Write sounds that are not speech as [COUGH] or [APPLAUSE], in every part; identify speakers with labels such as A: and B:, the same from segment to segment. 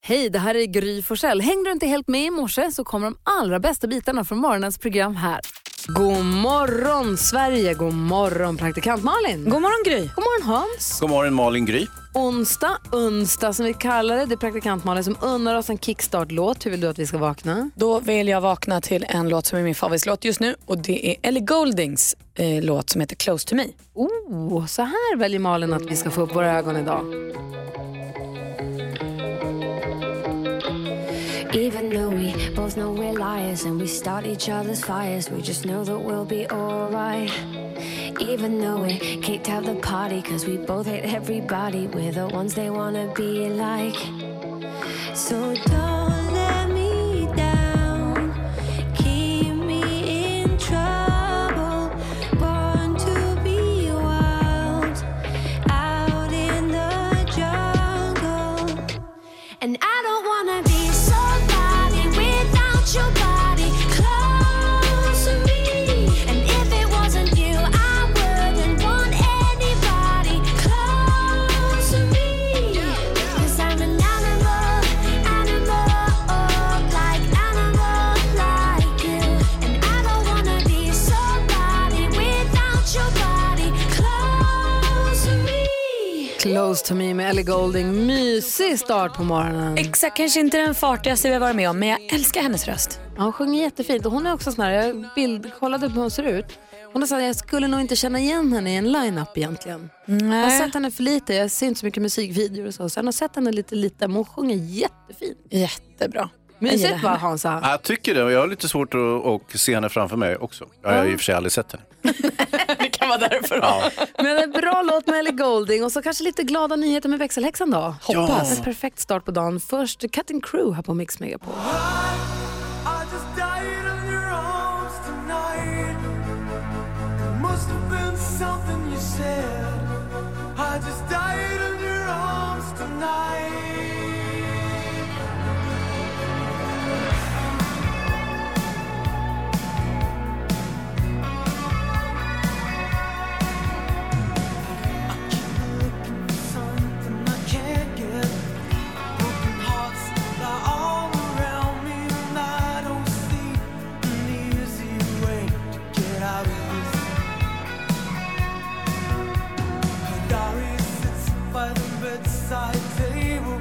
A: Hej, det här är Gry Forssell. Hängde du inte helt med i morse så kommer de allra bästa bitarna från morgonens program här. God morgon Sverige, god morgon praktikant Malin.
B: God morgon Gry.
A: God morgon Hans.
C: God morgon Malin Gry.
A: Onsdag, onsdag som vi kallar det. Det är praktikant Malin som unnar oss en kickstart-låt. Hur vill du att vi ska vakna?
B: Då vill jag vakna till en låt som är min favoritlåt just nu och det är Ellie Gouldings eh, låt som heter Close to me.
A: Oh, så här väljer Malin att vi ska få upp våra ögon idag.
D: Even though we both know we're liars and we start each other's fires, we just know that we'll be alright. Even though we kicked out the party, cause we both hate everybody, we're the ones they wanna be like. So don't let me down, keep me in trouble. Born to be wild, out in the jungle. And I don't wanna be somebody without your body close to me. And if it wasn't you, I wouldn't want anybody close to me. Cause I'm an animal, animal, like animal, like you. And I don't wanna be somebody without your body close to me.
A: Close to me med Ellie Goulding. Mysig start på morgonen.
B: Exakt, kanske inte den fartigaste vi har varit med om men jag älskar hennes röst.
A: Ja, Hon sjunger jättefint och hon är också sån här, jag bild, kollade på hur hon ser ut. Hon sa att jag skulle nog inte känna igen henne i en line-up egentligen. Jag har
B: Mm. Nej.
A: sett henne för lite, jag ser inte så mycket musikvideor och så. Så jag har sett henne lite lite, men hon sjunger jättefint.
B: Jättebra. Jag gillar
A: Mysigt va
B: henne.
A: Hansa?
C: Ja, Jag tycker det och jag har lite svårt att, att se henne framför mig också. Jag har i och för sig aldrig sett henne.
B: [LAUGHS] Det kan vara därför.
C: Ja.
A: Men en bra låt med Ellie Goulding och så kanske lite glada nyheter med växelhäxan då.
B: Hoppas.
A: En perfekt start på dagen. Först Cutting Crew här på Mix Megapol.
E: I just died in your arms tonight. It must have been something you said. I just died in your arms tonight. I keep looking for something I can't get. Broken hearts that are all around me. Oh, Oh,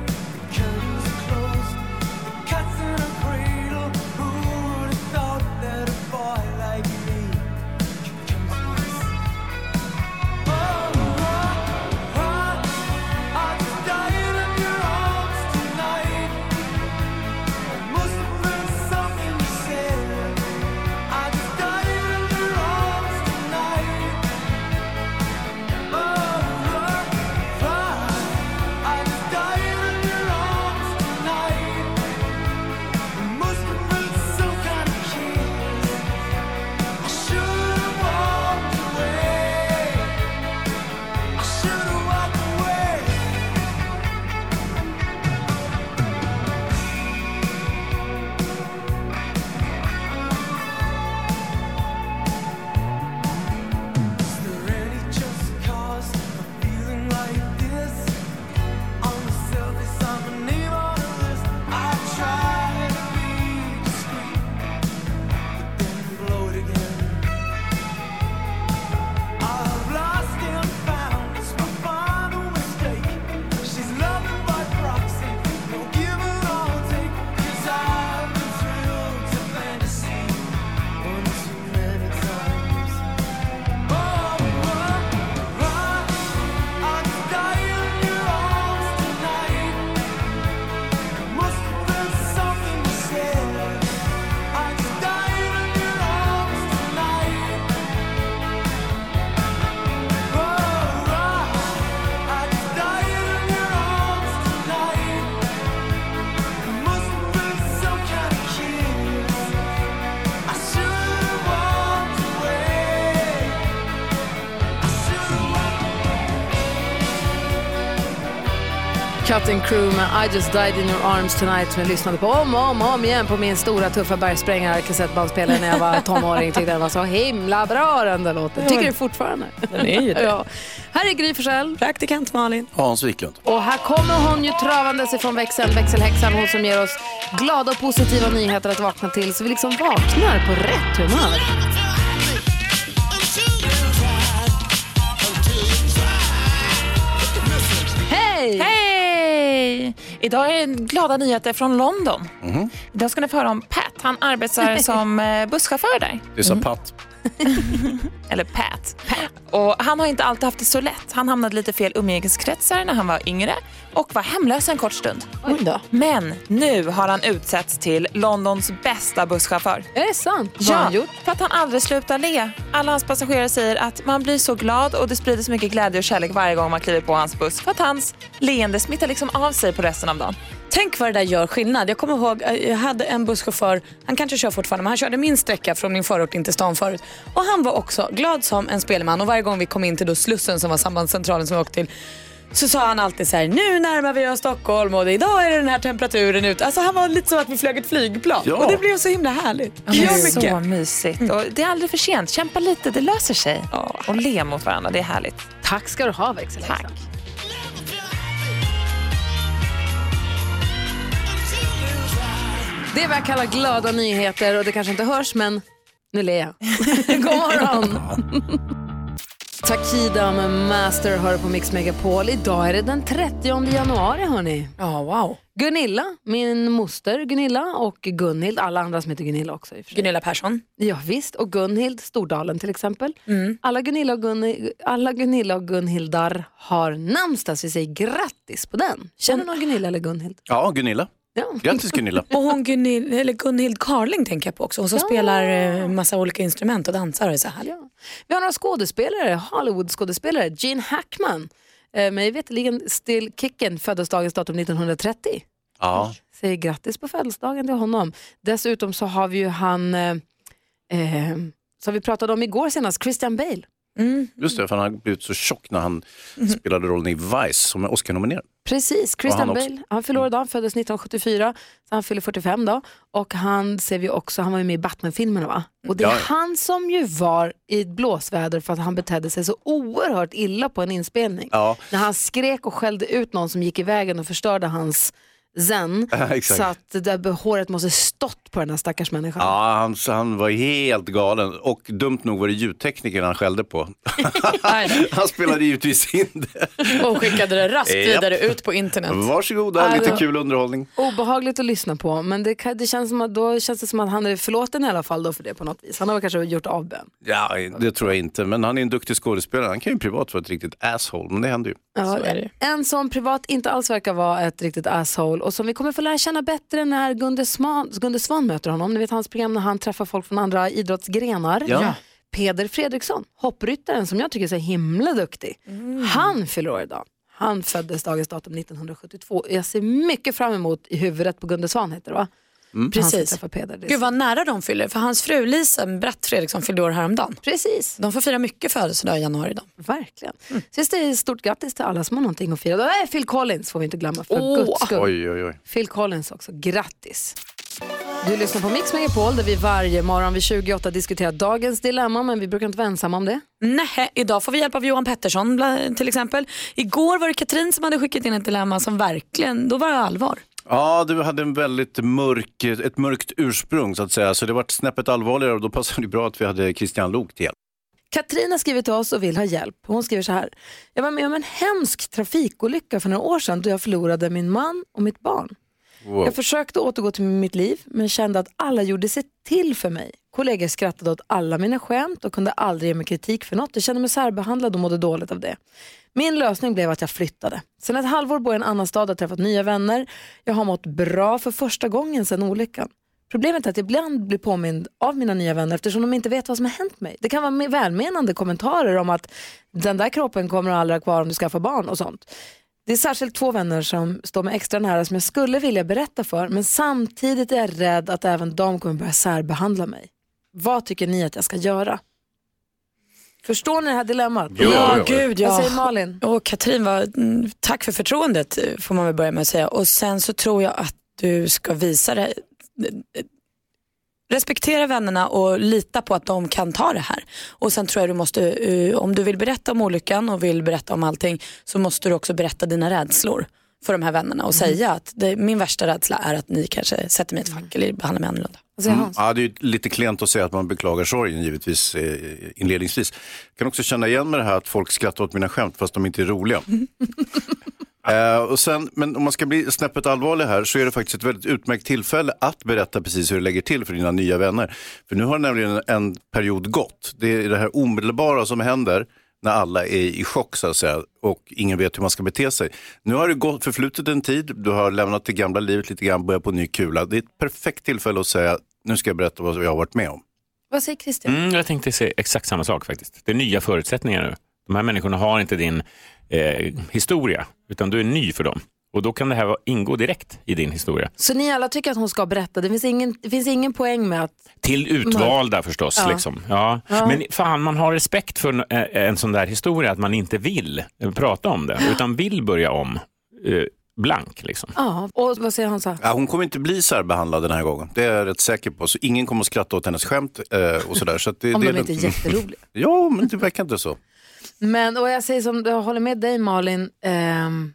E: Oh,
A: Captain Crew med I just died in your arms tonight som jag lyssnade på om och om, och om igen på min stora tuffa bergsprängare-kassettbandspelare när jag
B: [LAUGHS]
A: var tonåring. Tyckte den var så himla bra den där låten. Tycker du fortfarande?
B: Den är ju det.
A: [LAUGHS] ja. Här är Gry Forssell.
B: Praktikant Malin.
C: Hans Wiklund.
A: Och här kommer hon ju travandes ifrån växeln, växelhäxan, hon som ger oss glada och positiva nyheter att vakna till så vi liksom vaknar på rätt humör. Hej!
F: Hej! Idag är glada nyheter från London.
C: Mhm.
F: Idag ska ni få höra om Pat. Han arbetar som eh, busschaufför där.
C: Du
B: Mm.
C: sa Pat.
F: Eller Pat. Och han har inte alltid haft det så lätt. Han hamnade lite fel umgängeskretsar när han var yngre och var hemlös en kort stund.
B: Oj då.
F: Men nu har han utsetts till Londons bästa busschaufför.
A: Är det sant? Vad har han gjort?
F: för att han aldrig slutar le. Alla hans passagerare säger att man blir så glad och det sprider så mycket glädje och kärlek varje gång man kliver på hans buss för att hans leende smittar liksom av sig på resten av dagen.
B: Tänk vad det där gör skillnad. Jag kommer ihåg, eh, jag hade en busschaufför, han kanske kör fortfarande, men han körde min sträcka från min förort in till stan förut. Och han var också glad som en spelman och varje gång vi kom in till då Slussen som var sambandscentralen som vi åkte till så sa han alltid så här, nu närmar vi oss Stockholm och det- idag är det den här temperaturen ute. Alltså han var lite som att vi flög ett flygplan
C: Ja.
B: och det blev så himla härligt. Det
F: Det
B: gör
F: är
B: mycket.
F: så mysigt.
A: Mm.
F: Och det är aldrig för sent. Kämpa lite, det löser sig. Och le mot varandra, det är härligt.
A: Tack ska du ha växelhäxan.
F: Tack.
A: Det är vad jag kallar glada nyheter och det kanske inte hörs men nu ler jag. [LAUGHS]
B: [LAUGHS]
A: God morgon! Takida med Master hör på Mix Megapol. Idag är det den 30 januari hörni.
B: Ja, wow.
A: Gunilla, min moster Gunilla och Gunhild, alla andra som heter Gunilla också. i och för sig.
B: Gunilla Persson. Mm.
A: Ja, visst, och Gunhild Stordalen till exempel. Alla, Gunilla och Gun, alla Gunilla och Gunhildar har namnsdag så vi säger grattis på den. Känner du någon Gunilla eller Gunhild?
C: Ja, Gunilla.
A: Ja.
B: [LAUGHS]
C: Grattis Gunilla.
B: Och hon Gunil, eller Gunhild Carling tänker jag på också. Hon som spelar eh, massa olika instrument och dansar och är så här.
A: Ja. Vi har några skådespelare, Hollywood-skådespelare, Gene Hackman. Eh, mig veterligen Still Kicken, födelsedagens datum 1930.
C: Ja.
A: Säger grattis på födelsedagen till honom. Dessutom så har vi ju han, eh, eh, som vi pratade om igår senast, Christian Bale.
C: Just det, för han har blivit så tjock när han
B: Mhm.
C: spelade rollen i Vice som är Oscar-nominerad.
A: Precis, Christian
C: han också. Mm.
A: Bale. Han fyller år idag, han föddes 1974, så han fyller 45 då. Och han ser vi också, han var ju med i Batman-filmerna va? Och det är
C: Mm. Ja, ja.
A: han som ju var i ett blåsväder för att han betedde sig så oerhört illa på en inspelning.
C: Ja,
A: När han skrek och skällde ut någon som gick i vägen och förstörde hans
C: [LAUGHS]
A: zen.
C: exakt.
A: så att det där håret måste stått på den här stackars människan.
C: Ja, han, så han var helt galen och dumt nog var det ljudtekniker han
B: [LAUGHS]
C: skällde på. han spelade givetvis in det.
B: Och skickade det raskt
C: [LAUGHS] Japp.
B: vidare ut på internet.
C: Varsågoda, lite kul underhållning.
A: Obehagligt att lyssna på men det, kan- det känns som att då känns det som att han är förlåten i alla fall då för det på något vis. Han har väl kanske gjort avbön.
C: Ja, det tror jag inte, men han är en duktig skådespelare. Han kan ju privat vara ett riktigt asshole, men det händer ju.
A: Ja,
B: Så är det ju.
A: En som privat inte alls verkar vara ett riktigt asshole och som vi kommer få lära känna bättre när Gunde Svan, Gunde Svan möter honom. Ni vet hans program när han träffar folk från andra idrottsgrenar.
C: Ja. Ja.
A: Peder Fredriksson, hoppryttaren som jag tycker är så himla duktig.
B: Mm.
A: Han fyller år idag. Han föddes dagens datum 1972. Jag ser mycket fram emot i huvudet på Gunde Svan heter det va? Mm.
B: Mm.
A: Han ska
B: Precis.
A: träffa Peder. Det är
B: Gud
A: så-
B: vad nära de fyller, för hans fru Lisa Bratt Fredriksson fyllde år häromdagen.
A: Precis,
B: De får fira mycket födelsedag i januari idag.
A: verkligen. Så jag säger stort grattis till alla som har någonting att fira. Då är Phil Collins får vi inte glömma för
B: Åh.
A: guds skull.
C: Oj, oj, oj.
A: Phil Collins också. Grattis! Du lyssnar på Mix Megapol där vi varje morgon vid 28 diskuterar dagens dilemma men vi brukar inte vara ensamma om det.
B: Nej, idag får vi hjälp av Johan Pettersson bla- till exempel. Igår var det Katrin som hade skickat in ett dilemma som verkligen, då var det allvar.
C: Ja, du hade en väldigt mörk, ett mörkt ursprung så att säga, så det var snäppet allvarligare och då passade det bra att vi hade Christian Lok till hjälp.
A: Katrina skriver till oss och vill ha hjälp. Hon skriver så här. Jag var med om en hemsk trafikolycka för några år sedan då jag förlorade min man och mitt barn.
C: Wow.
A: Jag försökte återgå till mitt liv men kände att alla gjorde sig till för mig. Kollegor skrattade åt alla mina skämt och kunde aldrig ge mig kritik för något. Jag kände mig särbehandlad och mådde dåligt av det. Min lösning blev att jag flyttade. Sen ett halvår bor jag i en annan stad och har träffat nya vänner. Jag har mått bra för första gången sedan olyckan. Problemet är att jag ibland blir påmind av mina nya vänner eftersom de inte vet vad som har hänt mig. Det kan vara med- välmenande kommentarer om att den där kroppen kommer aldrig ha kvar om du skaffar barn och sånt. Det är särskilt två vänner som står mig extra nära som jag skulle vilja berätta för men samtidigt är jag rädd att även de kommer börja särbehandla mig. Vad tycker ni att jag ska göra? Förstår ni det här dilemmat?
G: Jo, Ja, jo, jo.
B: gud, ja.
A: Vad säger Malin?
B: Och Katrin, var, mm, tack för förtroendet eh, får man väl börja med att säga. Och sen så tror jag att du ska visa det. Respektera vännerna och lita på att de kan ta det här. Och sen tror jag du måste, eh, om du vill berätta om olyckan och vill berätta om allting så måste du också berätta dina rädslor för de här vännerna och
A: Mm.
B: säga att det, min värsta rädsla är att ni kanske sätter mig i ett fack eller behandlar mig annorlunda.
A: Vad säger Hans?
C: Ja, det är ju lite klent att säga att man beklagar sorgen givetvis eh, inledningsvis. Jag kan också känna igen med det här att folk skrattar åt mina skämt fast de inte är roliga. Eh, och sen, men om man ska bli snäppet allvarlig här så är det faktiskt ett väldigt utmärkt tillfälle att berätta precis hur du lägger till för dina nya vänner. För nu har nämligen en period gått. Det är det här omedelbara som händer när alla är i chock så att säga och ingen vet hur man ska bete sig. Nu har det gått, förflutit en tid, du har lämnat det gamla livet lite grann, börjat på ny kula. Det är ett perfekt tillfälle att säga nu ska jag berätta vad jag har varit med om.
A: Vad säger Christian?
G: Mm, jag tänkte säga exakt samma sak faktiskt. Det är nya förutsättningar nu. De här människorna har inte din eh, historia, utan du är ny för dem. Och då kan det här vara- ingå direkt i din historia.
A: Så ni alla tycker att hon ska berätta? Det finns ingen, det finns ingen poäng med att...
G: Till utvalda förstås.
A: Ja.
G: Liksom. Ja. Men fan, man har respekt för en, eh, en sån där historia, att man inte vill eh, prata om det, utan vill börja om eh, blank. Liksom.
A: Ja, och vad säger Hansa?
C: Ja, hon kommer inte bli särbehandlad den här gången, det är jag rätt säker på. Så ingen kommer att skratta åt hennes skämt eh, och sådär. Så att det,
A: Om
C: det
A: de inte är
C: lugnt.
A: jätteroliga.
C: Ja, men det verkar inte så.
A: Men, och jag säger som, jag håller med dig Malin, ehm,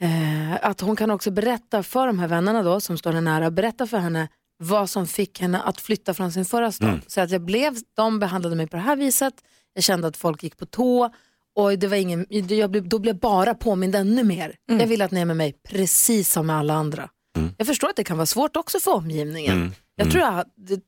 A: eh, att hon kan också berätta för de här vännerna då, som står henne nära, berätta för henne vad som fick henne att flytta från sin förra stad. Så att jag blev, de behandlade mig på det här viset, jag kände att folk gick på tå och det var ingen, jag blev, då blev jag bara påmind ännu mer. Jag vill att ni är med mig precis som med alla andra. Jag förstår att det kan vara svårt också för omgivningen.
C: Mm.
A: Jag tror jag, det, tror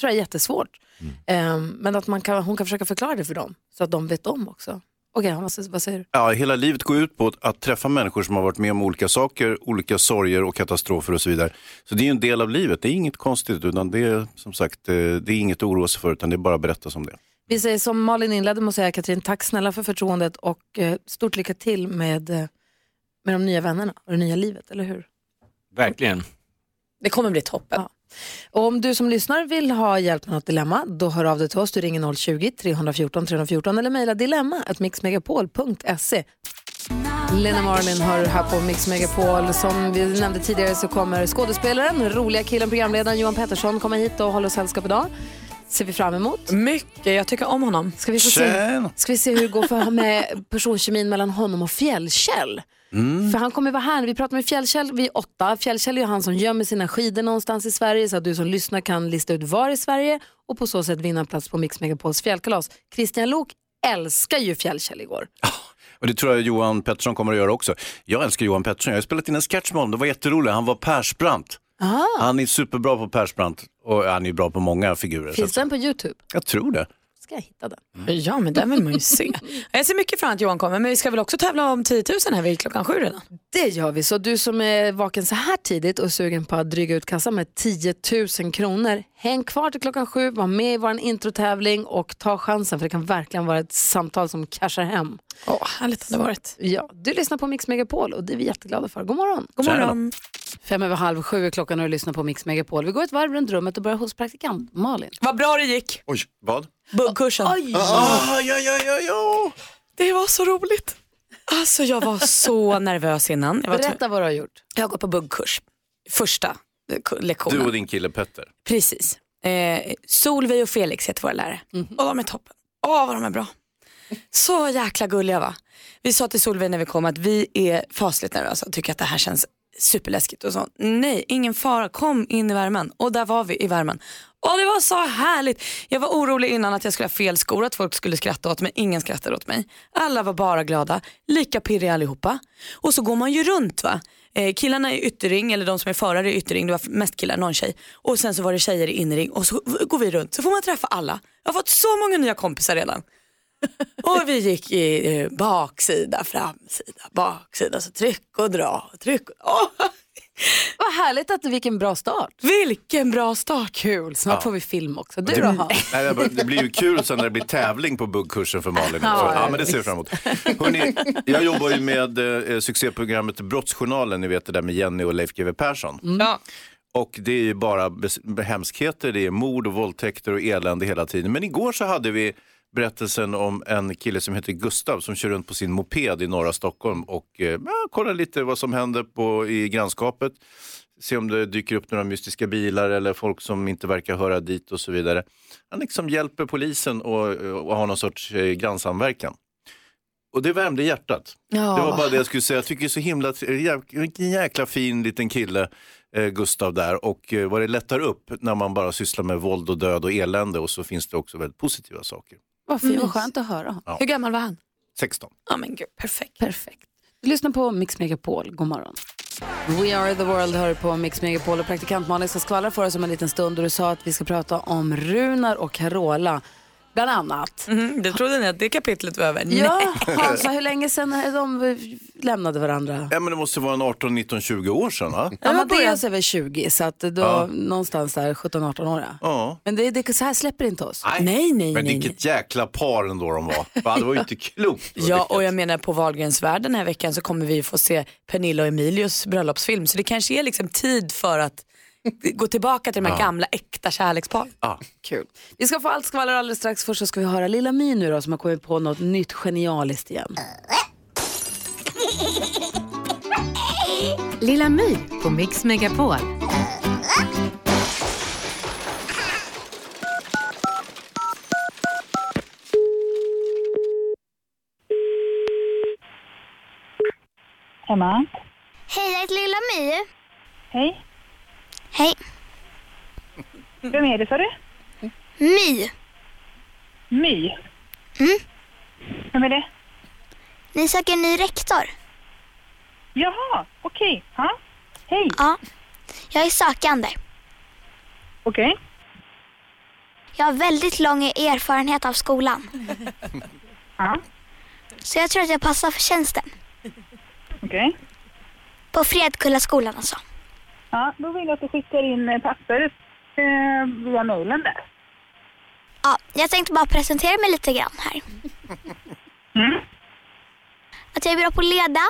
A: jag är jättesvårt. Ehm, men att man kan, hon kan försöka förklara det för dem, så att de vet om också. Okej, Hans, vad säger du?
C: Ja, hela livet går ut på att- att träffa människor som har varit med om olika saker, olika sorger och katastrofer och så vidare. Så det är ju en del av livet, det är inget konstigt utan det är som sagt, eh, det är inget att oroa sig för utan det är bara att berätta som det.
A: Vi säger som Malin inledde med att säga, Katrin, tack snälla för förtroendet och eh, stort lycka till med, eh, med de nya vännerna och det nya livet, eller hur?
G: Verkligen.
B: Det kommer bli toppen.
A: Ja. Och om du som lyssnar vill ha hjälp med något dilemma, då hör av dig till oss. Du ringer 020-314 314 eller mejla dilemma.mixmegapol.se. Lena Marlin har du här på Mix Megapol. Som vi nämnde tidigare så kommer skådespelaren, roliga killen, programledaren Johan Pettersson komma hit och hålla oss sällskap idag. Ser vi fram emot.
B: Mycket, jag tycker om honom.
A: Ska vi, få se,
C: Tjena!
A: ska vi se hur det går för med personkemin mellan honom och Fjällkäll?
C: Mm.
A: För han kommer vara här, vi pratar med Fjällkäll vid åtta. Fjällkäll är ju han som gömmer sina skidor någonstans i Sverige så att du som lyssnar kan lista ut var i Sverige och på så sätt vinna en plats på Mix Megapols fjällkalas. Christian Lok älskar ju Fjällkäll igår.
C: Och det tror jag Johan Pettersson kommer att göra också. Jag älskar Johan Pettersson, jag har spelat in en sketch med honom, det var jätteroligt, han var Persbrandt.
A: Ah.
C: Han är superbra på Persbrandt och han är bra på många figurer. Så
A: Finns
C: att,
A: den på Youtube?
C: jag tror det.
A: Ska jag hitta den?
B: Mm. Ja, men den vill man ju se. [LAUGHS] Jag ser mycket fram emot att Johan kommer, men vi ska väl också tävla om 10 000 här vid klockan sju redan.
A: Det gör vi. Så du som är vaken så här tidigt och sugen på att dryga ut kassan med 10 000 kronor, häng kvar till klockan sju, var med i vår introtävling och ta chansen för det kan verkligen vara ett samtal som cashar hem.
B: Åh, härligt hade det varit.
A: Ja, du lyssnar på Mix Megapol och det är vi jätteglada för. God morgon!
B: God
C: Tjena.
B: morgon.
A: Fem över halv sju är klockan och du lyssnar på Mix Megapol. Vi går ett varv runt rummet och börjar hos praktikant Malin.
B: Vad bra det gick.
C: Oj, vad?
B: Buggkursen.
C: Ah, ja, ja, ja, ja.
B: Det var så roligt. Alltså jag var [LAUGHS] så nervös innan. Jag, var tv-
A: Berätta vad du har gjort.
B: jag går på buggkurs. Första eh, ku- lektionen.
C: Du och din kille Petter.
B: Precis. Eh, Solveig och Felix heter våra lärare. Och de är toppen. Åh, vad de är bra. Så jäkla gulliga va. Vi sa till Solveig när vi kom att vi är fasligt nervösa och tycker att det här känns superläskigt och så. Nej, ingen fara, kom in i värmen. Och där var vi i värmen. Och det var så härligt. Jag var orolig innan att jag skulle ha fel skor, att folk skulle skratta åt mig. Ingen skrattade åt mig. Alla var bara glada, lika pirriga allihopa. Och så går man ju runt va. Eh, killarna i yttering, eller de som är förare i yttering, det var mest killar, någon tjej. Och sen så var det tjejer i inring och så v- går vi runt. Så får man träffa alla. Jag har fått så många nya kompisar redan. Och vi gick i eh, baksida, framsida, baksida. Så tryck och dra, tryck. Åh,
A: Vad härligt att du fick en bra start.
B: vilken bra start.
A: Kul, snart får vi film också. Du då Hans?
C: Nej, det bara- det blir ju kul sen när det blir tävling på buggkursen för Malin. också.
A: Ja,
C: ja, men det ser jag fram emot. Hörrni, [LAUGHS] jag jobbar ju med eh, succéprogrammet Brottsjournalen, ni vet det där med Jenny och Leif GW Persson. Och det är ju bara bes- hemskheter, det är mord och våldtäkter och elände hela tiden. Men igår så hade vi berättelsen om en kille som heter Gustav som kör runt på sin moped i norra Stockholm och eh, ja, kollar lite vad som händer på, i grannskapet. Se om det dyker upp några mystiska bilar eller folk som inte verkar höra dit och så vidare. Han liksom hjälper polisen och, och har någon sorts eh, grannsamverkan. Och det värmde hjärtat.
H: Ja.
C: Det var bara det jag skulle säga. Jag tycker det är så himla, jäk- vilken jäkla fin liten kille eh, Gustav där och eh, vad det lättar upp när man bara sysslar med våld och död och elände och så finns det också väldigt positiva saker.
A: Vad fint, vad skönt att höra.
C: Ja.
B: Hur gammal var han?
C: 16.
B: Ja men gud, perfekt.
A: Perfekt. Du lyssnar på Mix Megapol. God morgon. We are the world hör på Mix Megapol och praktikant Malin ska skvallra för oss om en liten stund och du sa att vi ska prata om Runar och Carola. Bland annat.
B: Mm, det trodde ni att det kapitlet var över?
A: Ja, Hansa, hur länge sedan är de eh, lämnade varandra?
C: Ja, men det måste vara en 18, 19, 20 år sedan va?
A: Ja, Amadeus är väl 20, så att då någonstans där 17-18 år. ja.
C: Ja.
A: Men det, det, så här släpper det inte oss.
B: Nej, nej,
C: Men
B: nej. nej.
C: vilket jäkla par ändå de var. Va? Det var ju inte klokt.
B: [LAUGHS]
C: vad
B: Ja,
C: lyckat.
B: och jag menar på Wahlgrens värld den här veckan så kommer vi få se Pernilla och Emilius bröllopsfilm. Så det kanske är liksom tid för att gå tillbaka till de här gamla äkta kärleksparen.
A: Kul. Vi ska få allt skvaller alldeles strax. Först så ska vi höra Lilla My nu då, som har kommit på något nytt genialiskt igen.
E: Lilla My på Mix Megapol.
I: Emma?
J: Hej, jag heter Lilla My.
I: Hej.
J: Hej.
I: Vem är det, sa du?
J: My. Mm.
I: My? Vem är det?
J: Ni söker en ny rektor?
I: Jaha, okej. Ja. Hej.
J: Ja. Jag är sökande.
I: Okej.
J: Jag har väldigt lång erfarenhet av skolan.
I: Ja.
J: Så jag tror att jag passar för tjänsten.
I: Okej.
J: På Fredkullaskolan alltså.
I: Ja, då vill jag att du skickar in eh, papperet eh, via mejlen där.
J: Ja, jag tänkte bara presentera mig lite grann här. Att jag är bra på att leda.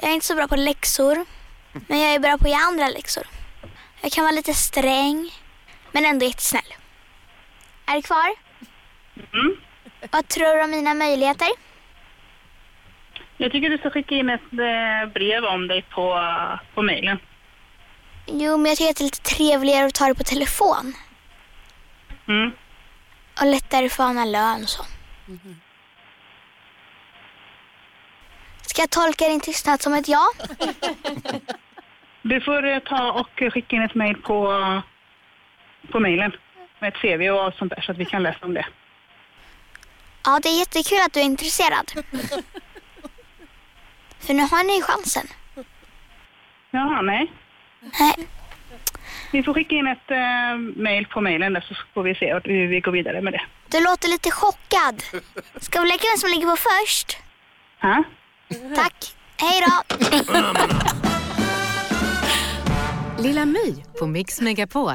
J: Jag är inte så bra på läxor. Men jag är bra på att ge andra läxor. Jag kan vara lite sträng. Men ändå jättesnäll. Är du kvar?
I: Mm.
J: Vad tror du om mina möjligheter?
I: Jag tycker du ska skicka in ett eh, brev om dig på, på mejlen.
J: Jo, men jag tycker att det är lite trevligare att ta det på telefon.
I: Mm.
J: Och lättare att förhandla lön och så. Ska jag tolka din tystnad som ett ja?
I: [LAUGHS] Du får eh, ta och eh, skicka in ett mejl på, på mejlen med ett CV och allt sånt där så att vi kan läsa om det.
J: Ja, det är jättekul att du är
I: [LAUGHS]
J: intresserad. För nu har ni ju chansen.
I: Jaha, nej.
J: Nej.
I: Vi får skicka in ett eh, mejl på mejlen där så får vi se hur vi går vidare med det.
J: Du låter lite chockad. Ska vi leka vem som ligger på först?
I: Ja?
J: Tack. Hej då.
E: Lilla My på Mix Megapol.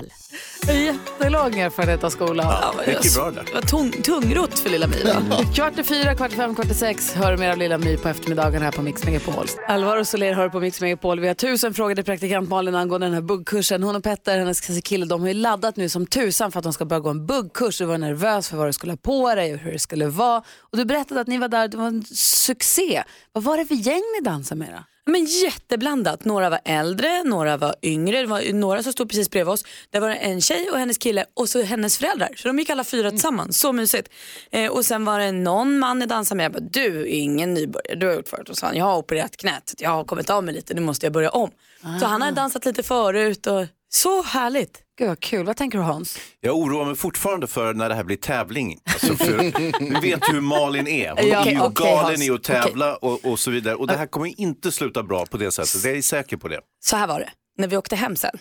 A: Jättelång erfarenhet av skolan.
C: Mycket bra där.
B: Det var tung, tungrot för lilla My då.
A: Kvart i fyra, kvart i fem, kvart i sex hör du mer av Lilla My på eftermiddagen här på Mix Megapol. Alvaro Soler hör på Mix Megapol. Vi har tusen frågor till praktikant Malin angående den här buggkursen. Hon och Petter, hennes kille, de har ju laddat nu som tusan för att de ska börja gå en buggkurs. Du var nervös för vad du skulle ha på dig och hur det skulle vara. Och du berättade att ni var där, det var en succé. Vad var det för gäng ni dansade med då?
B: Men jätteblandat. Några var äldre, några var yngre. Det var ju några som stod precis bredvid oss. Där var det en tjej och hennes kille och så hennes föräldrar. Så de gick alla
C: Mm.
B: fyra tillsammans. Så mysigt. Eh, och sen var det någon man jag dansade med. Jag bara, du är ingen nybörjare. Du har gjort förut. Och så sa han, jag har opererat knät. Jag har kommit av mig lite. Nu måste jag börja om. Så han
C: Ah.
B: hade dansat lite förut. Och... Så härligt.
A: Gud vad kul, vad tänker du Hans?
C: Jag oroar mig fortfarande för när det här blir tävling. Alltså för, ni vet ju hur Malin är. Hon
B: Ja,
C: är ju
B: okej,
C: galen
B: Hans.
C: i att tävla och, och så vidare. Och det här kommer inte sluta bra på det sättet. Jag är säker på det.
B: så här var det, när vi åkte hem sen.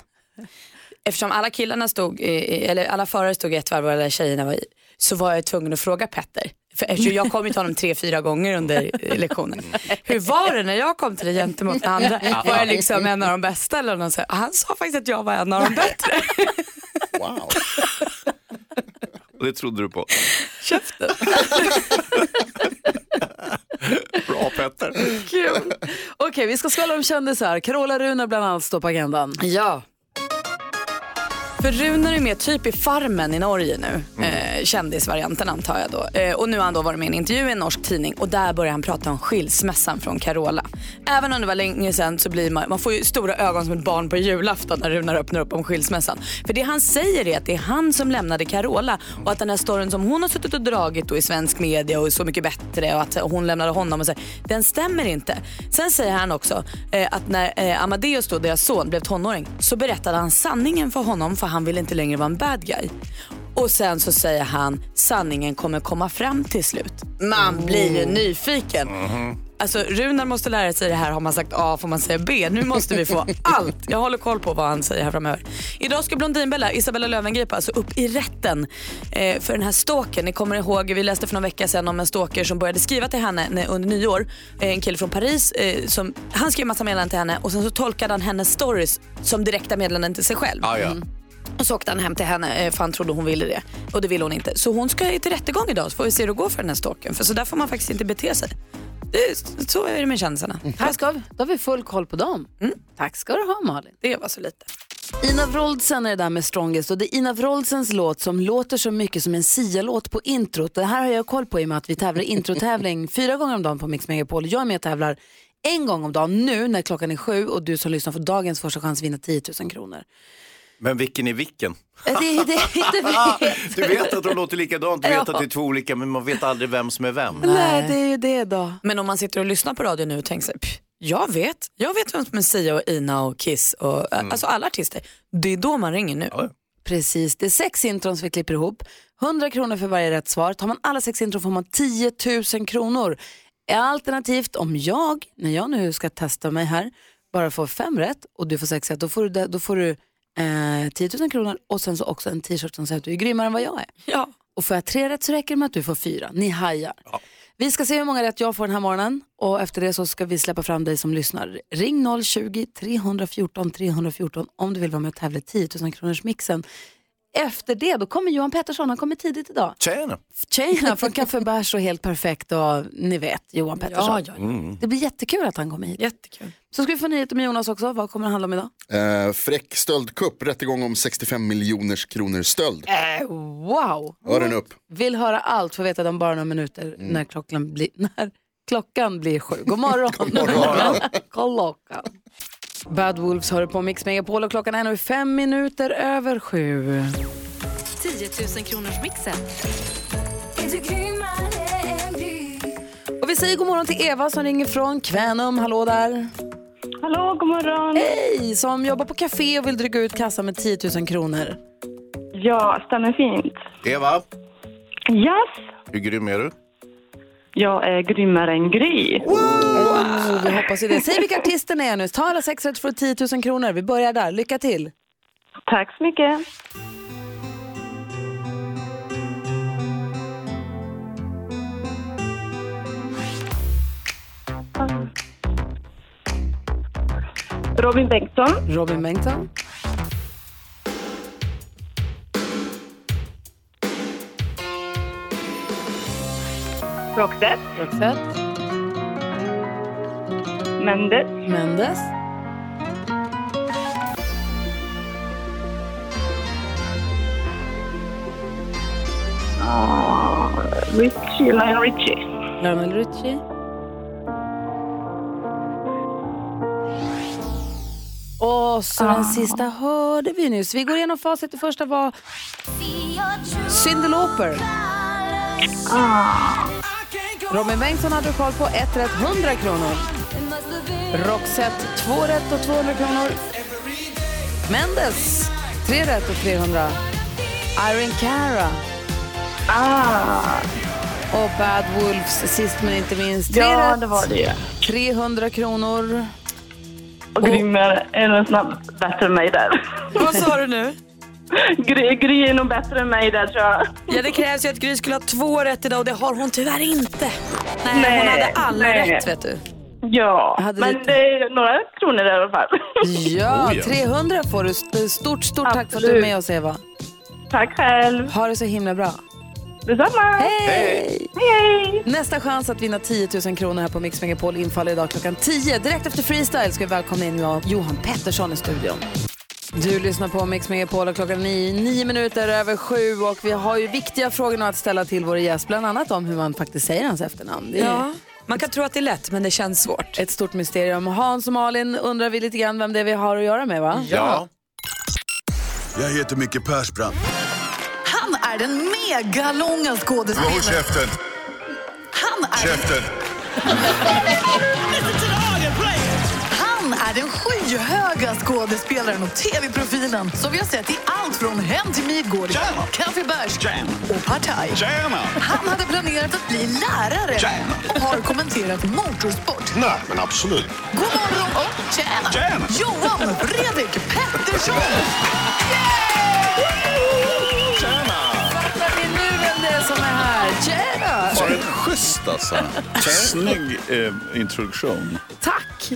B: Eftersom alla killarna stod, i- i- eller alla förare stod i ett varv och alla tjejerna var i, så var jag tvungen att fråga Petter. För eftersom jag kom ju till honom tre, fyra gånger under eh, lektionen. Hur var det när jag kom till dig gentemot den andra? Var jag liksom en av de bästa? Eller någon så här, han sa faktiskt att jag var en av de bättre.
C: Wow. Och det trodde du på.
B: Käften.
C: Bra Petter.
A: Kul! Okej, vi ska skvallra om kändisar. Carola Runar bland annat står på agendan.
B: Ja. För Runar är med typ i Farmen i Norge nu. Eh, kändisvarianten antar jag då. Eh, och nu har han då varit med i en intervju i en norsk tidning och där börjar han prata om skilsmässan från Carola. Även om det var länge sedan så blir man, man får ju stora ögon som ett barn på julafton när Runar öppnar upp om skilsmässan. För det han säger är att det är han som lämnade Carola och att den här storyn som hon har suttit och dragit då i svensk media och Så mycket bättre och att hon lämnade honom och så, här, den stämmer inte. Sen säger han också eh, att när eh, Amadeus, då, deras son, blev tonåring så berättade han sanningen för honom för han ville inte längre vara en bad guy. Och sen så säger han sanningen kommer komma fram till slut. Man blir ju nyfiken. Alltså Runar måste lära sig det här. Har man sagt A får man säga B. Nu måste vi få allt. Jag håller koll på vad han säger här framöver. Idag ska Blondinbella, Isabella Löwengrip, alltså upp i rätten eh, för den här stalken. Ni kommer ihåg, vi läste för någon vecka sedan om en stalker som började skriva till henne när, under nyår. Eh, en kille från Paris. Eh, som, han skrev massa meddelanden till henne och sen så tolkade han hennes stories som direkta meddelanden till sig själv.
E: Ah, ja.
B: Och så åkte han hem till henne eh, för han trodde hon ville det. Och det ville hon inte. Så hon ska ju till rättegång idag så får vi se hur det går för den här stalkern. För så där får man faktiskt inte bete sig. Det, är- så är det med kändisarna.
A: Här ska vi. Mm. Då har vi full koll på dem. Tack ska du ha Malin.
B: Mm. Det var så lite.
A: Ina Wroldsen är det där med Strongest och det är Ina Wroldsens låt som låter så mycket som en Sia-låt på introt. Det här har jag koll på i och med att vi tävlar introtävling fyra gånger om dagen på Mix Megapol. Jag är med och tävlar en gång om dagen nu när klockan är sju och du som lyssnar får dagens första chans vinna 10 000 kronor.
C: [LAUGHS] Men vilken är vilken?
A: Eh, [LAUGHS] Det, det, det,
B: [LAUGHS]
C: Du vet att de låter likadant, du vet
A: Ja.
C: att det är två olika men man vet aldrig vem som är vem.
A: Nej, det är ju det då.
B: Men om man sitter och lyssnar på radio nu och tänker sig, "Pff, jag vet, jag vet vem som är Sia och Ina och Kiss och ä, alltså alla artister. Det är då man ringer nu.
A: Precis, det är sex intron som vi klipper ihop. 100 kronor för varje rätt svar. Tar man alla sex intron får man 10 000 kronor. Alternativt om jag, när jag nu ska testa mig här, bara får fem rätt och du får sex rätt, då får du, det- då får du eh, 10 000 kronor och sen så också en t-shirt som säger att du är grymmare än vad jag är.
B: Ja.
A: Och får jag tre rätt så räcker det med att du får fyra. Ni hajar. Vi ska se hur många rätt jag får den här morgonen och efter det så ska vi släppa fram dig som lyssnar. Ring 020-314 314 om du vill vara med och tävla i 10 000 kronors mixen. Efter det då kommer Johan Pettersson, han kommer tidigt idag.
C: Tjena!
A: Tjejerna från Café Bärs och Helt Perfekt och ni vet Johan Pettersson.
K: Ja, ja, ja. Mm.
A: Det blir jättekul att han kommer hit.
B: Jättekul.
A: Så ska vi få nyheter med Jonas också. Vad kommer det handla om idag?
K: Eh, fräck stöldkupp, rättegång om 65 miljoners kronor stöld.
A: Eh, wow!
K: Öronen upp.
A: Vill höra allt, får veta det om bara några minuter när, klockan blir, när klockan blir sju. God morgon! [LAUGHS] God morgon. klockan. Bad Wolves hör på Mix Megapol och klockan är nu fem minuter över sju.
L: 10 000 kronors mixen.
A: Och vi säger god morgon till Eva som ringer från Kvänum. Hallå där!
M: Hallå, god morgon!
A: Hej! Som jobbar på café och vill dryga ut kassan med 10 000 kronor.
M: Ja, stämmer fint.
C: Eva,
M: Yes!
C: hur grym är du?
M: Jag är grymmare än Gry.
A: Wow, vi hoppas ju det. Säg vilka artister ni är nu. Ta alla sex rätt för 10 000 kronor. Vi börjar där. Lycka till!
M: Tack så mycket. Robin Bengtsson.
A: Robin Bengtsson.
M: Roxette.
A: Roxette.
M: Mendes.
A: Mendes.
M: Ah, Richie, Lionel Richie.
A: Lionel Richie. Och så
M: Ah.
A: den sista hörde vi nyss. Vi går igenom facit. Det första var Cyndi Lauper.
M: Ah.
A: Robin Bengtsson hade du koll på. Ett rätt, 100 kronor. Roxette, två rätt och 200 kronor. Mendes, tre rätt och 300. Irene Cara.
M: Ah.
A: Och Bad Wolves, sist men inte minst. Tre
M: Ja,
A: rätt,
M: det var det ju.
A: 300 kronor.
M: Och grymmare är nog snabbt bättre än mig där.
B: Vad sa du nu?
M: Gry, Gry är nog bättre än mig där tror jag.
B: Ja, det krävs ju att Gry skulle ha två rätt idag och det har hon tyvärr inte. Nej, hon
M: Nej,
B: hade alla
M: nej.
B: rätt vet du.
M: Ja, men det är några kronor där i alla fall.
A: Ja,
H: Oh,
M: alltså.
A: 300 får du. St- Stort, stort tack för att du är
M: Absolut.
A: med oss, Eva.
M: Tack själv.
A: Ha det så himla bra.
M: Detsamma.
A: Hej!
M: Hej!
A: Nästa chans att vinna 10 000 kronor här på Mix Megapol infaller idag klockan 10. Direkt efter freestyle ska vi välkomna in Johan Pettersson i studion. Du lyssnar på Mix Megapol och klockan är nio, nio minuter över sju och vi har ju viktiga frågor nu att ställa till vår gäst, bland annat om hur man faktiskt säger hans efternamn. Det är
B: Ja. Man kan tro att det är lätt men det känns svårt.
A: ett stort mysterium. Hans och Malin undrar vi lite grann vem det är vi har att göra med va?
N: Jag heter Micke Persbrandt.
E: Han är den megalånga
N: Håll
E: skådespelaren.
N: käften!
E: Han är...
N: Käften!
E: Han är den skyhöga skådespelaren och tv-profilen som vi har sett i allt från Hem till Midgård,
M: Tjena!
E: Kaffebärs och Partaj.
M: Tjena!
E: Han hade planerat att bli lärare
M: Tjena!
E: och har kommenterat motorsport.
M: Nej, men absolut.
E: God morgon och tjena!
M: Tjena!
E: Johan Fredrik Pettersson!
A: Fattar ni nu vem det är som är här? Tjena!
H: Var det schysst alltså? Snygg eh, introduktion.
A: Tack!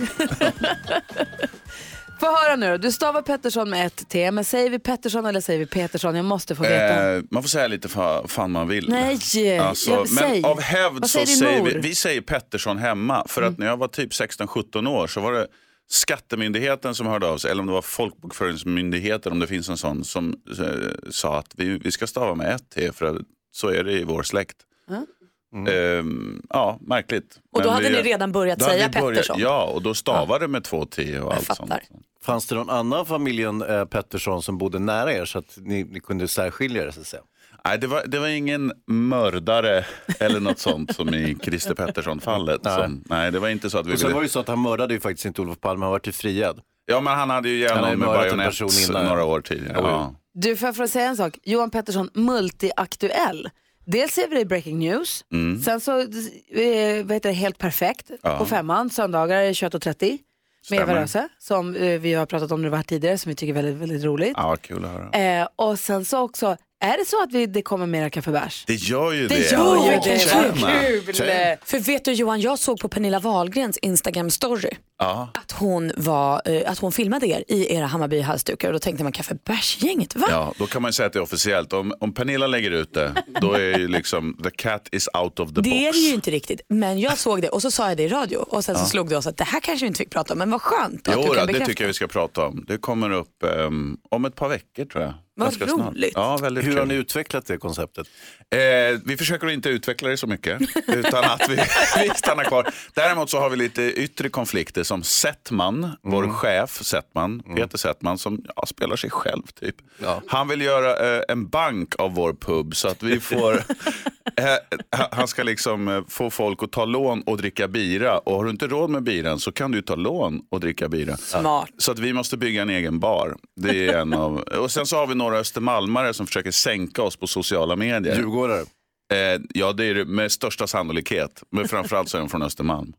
A: Få höra nu då. Du stavar Pettersson med ett T, men säger vi Pettersson eller säger vi Petersson? Jag måste få veta.
H: Eh, man får säga lite vad fan man vill. Alltså,
A: Nej, jag vill
H: men
A: säga.
H: av hävd
A: Vad
H: så
A: säger din
H: säger
A: mor? Mm.
H: vi, vi säger Pettersson hemma. För att när jag var typ 16-17 år så var det Skattemyndigheten som hörde av sig, eller om det var Folkbokföringsmyndigheten, om det finns en sån, som eh, sa att vi, vi ska stava med ett T, för att, så är det i vår släkt.
A: Ja.
C: Mm.
H: Ehm, ja, märkligt.
B: Och då
H: Men
B: hade ni redan börjat
H: då hade
B: säga
H: vi börjat-
B: Pettersson.
H: Ja, och då stavade det med två T och allt sånt.
C: Fanns det någon annan familjen eh, Pettersson som bodde nära er så att ni, ni kunde särskilja er så att säga?
H: Nej, det var, det var ingen mördare eller något sånt som i Christer Pettersson-fallet.
C: Nej.
H: Nej. nej, det var inte så att vi
C: Och sen
H: ville...
C: var det ju så att han mördade ju faktiskt inte Olof Palme, han var ju friad.
H: Ja, men han hade ju
C: Han
H: ihjäl
C: hade
H: någon med
C: mördat en
H: bajonett
C: person innan.
H: några år tidigare. Ja.
A: Du, får jag få säga en sak? Johan Pettersson, multiaktuell. Dels ser vi det i Breaking News,
H: Mm.
A: sen så eh, vad heter det, Helt Perfekt
H: Ja.
A: på femman, söndagar 21.30 med Eva
H: Stämmer.
A: Röse, som eh, vi har pratat om nu här tidigare, som vi tycker är väldigt, väldigt roligt.
H: ja, kul att höra.
A: Eh, och sen så också, är det så att vi, det kommer mera kaffebärs?
H: Det gör ju det.
A: Det gör ju det.
H: Tjena. Tjena.
B: För vet du Johan, jag såg på Pernilla Wahlgrens Instagram-story
H: Ja.
B: att hon, var, eh, att hon filmade er i era Hammarby-halsdukar och då tänkte man kaffebärsgänget, va?
H: Ja, då kan man ju säga att det är officiellt. Om, om Pernilla lägger ut det, då är ju liksom the cat is out of the
B: Det är
H: box.
B: det ju inte riktigt, men jag såg det och så sa jag det i radio och sen så
H: Ja.
B: slog det oss att det här kanske vi inte fick prata om, men vad skönt att
H: Jo,
B: du
H: då,
B: kan
H: det
B: bekräfta.
H: tycker jag vi ska prata om. Det kommer upp ehm, om ett par veckor tror jag.
B: Vad
H: Ganska snart.
B: roligt.
H: Ja, väldigt
C: Hur
H: kul.
C: har ni utvecklat det konceptet?
H: Eh, vi försöker att inte utveckla det så mycket, utan att vi, [LAUGHS] vi stannar kvar. Däremot så har vi lite yttre konflikter som Settman,
C: Mm.
H: vår chef Settman, Peter Settman, som ja, spelar sig själv typ. Han vill göra eh, en bank av vår pub så att vi
C: [LAUGHS]
H: får, eh, han ska liksom eh, få folk att ta lån och dricka bira. Och har du inte råd med biran så kan du ju ta lån och dricka bira.
B: Smart.
H: Så att vi måste bygga en egen bar. Det är
B: [LAUGHS]
H: en av, och sen så har vi några östermalmare som försöker sänka oss på sociala medier.
C: Djurgårdare?
H: Eh, ja, det är det med största sannolikhet. Men framförallt så är de från Östermalm.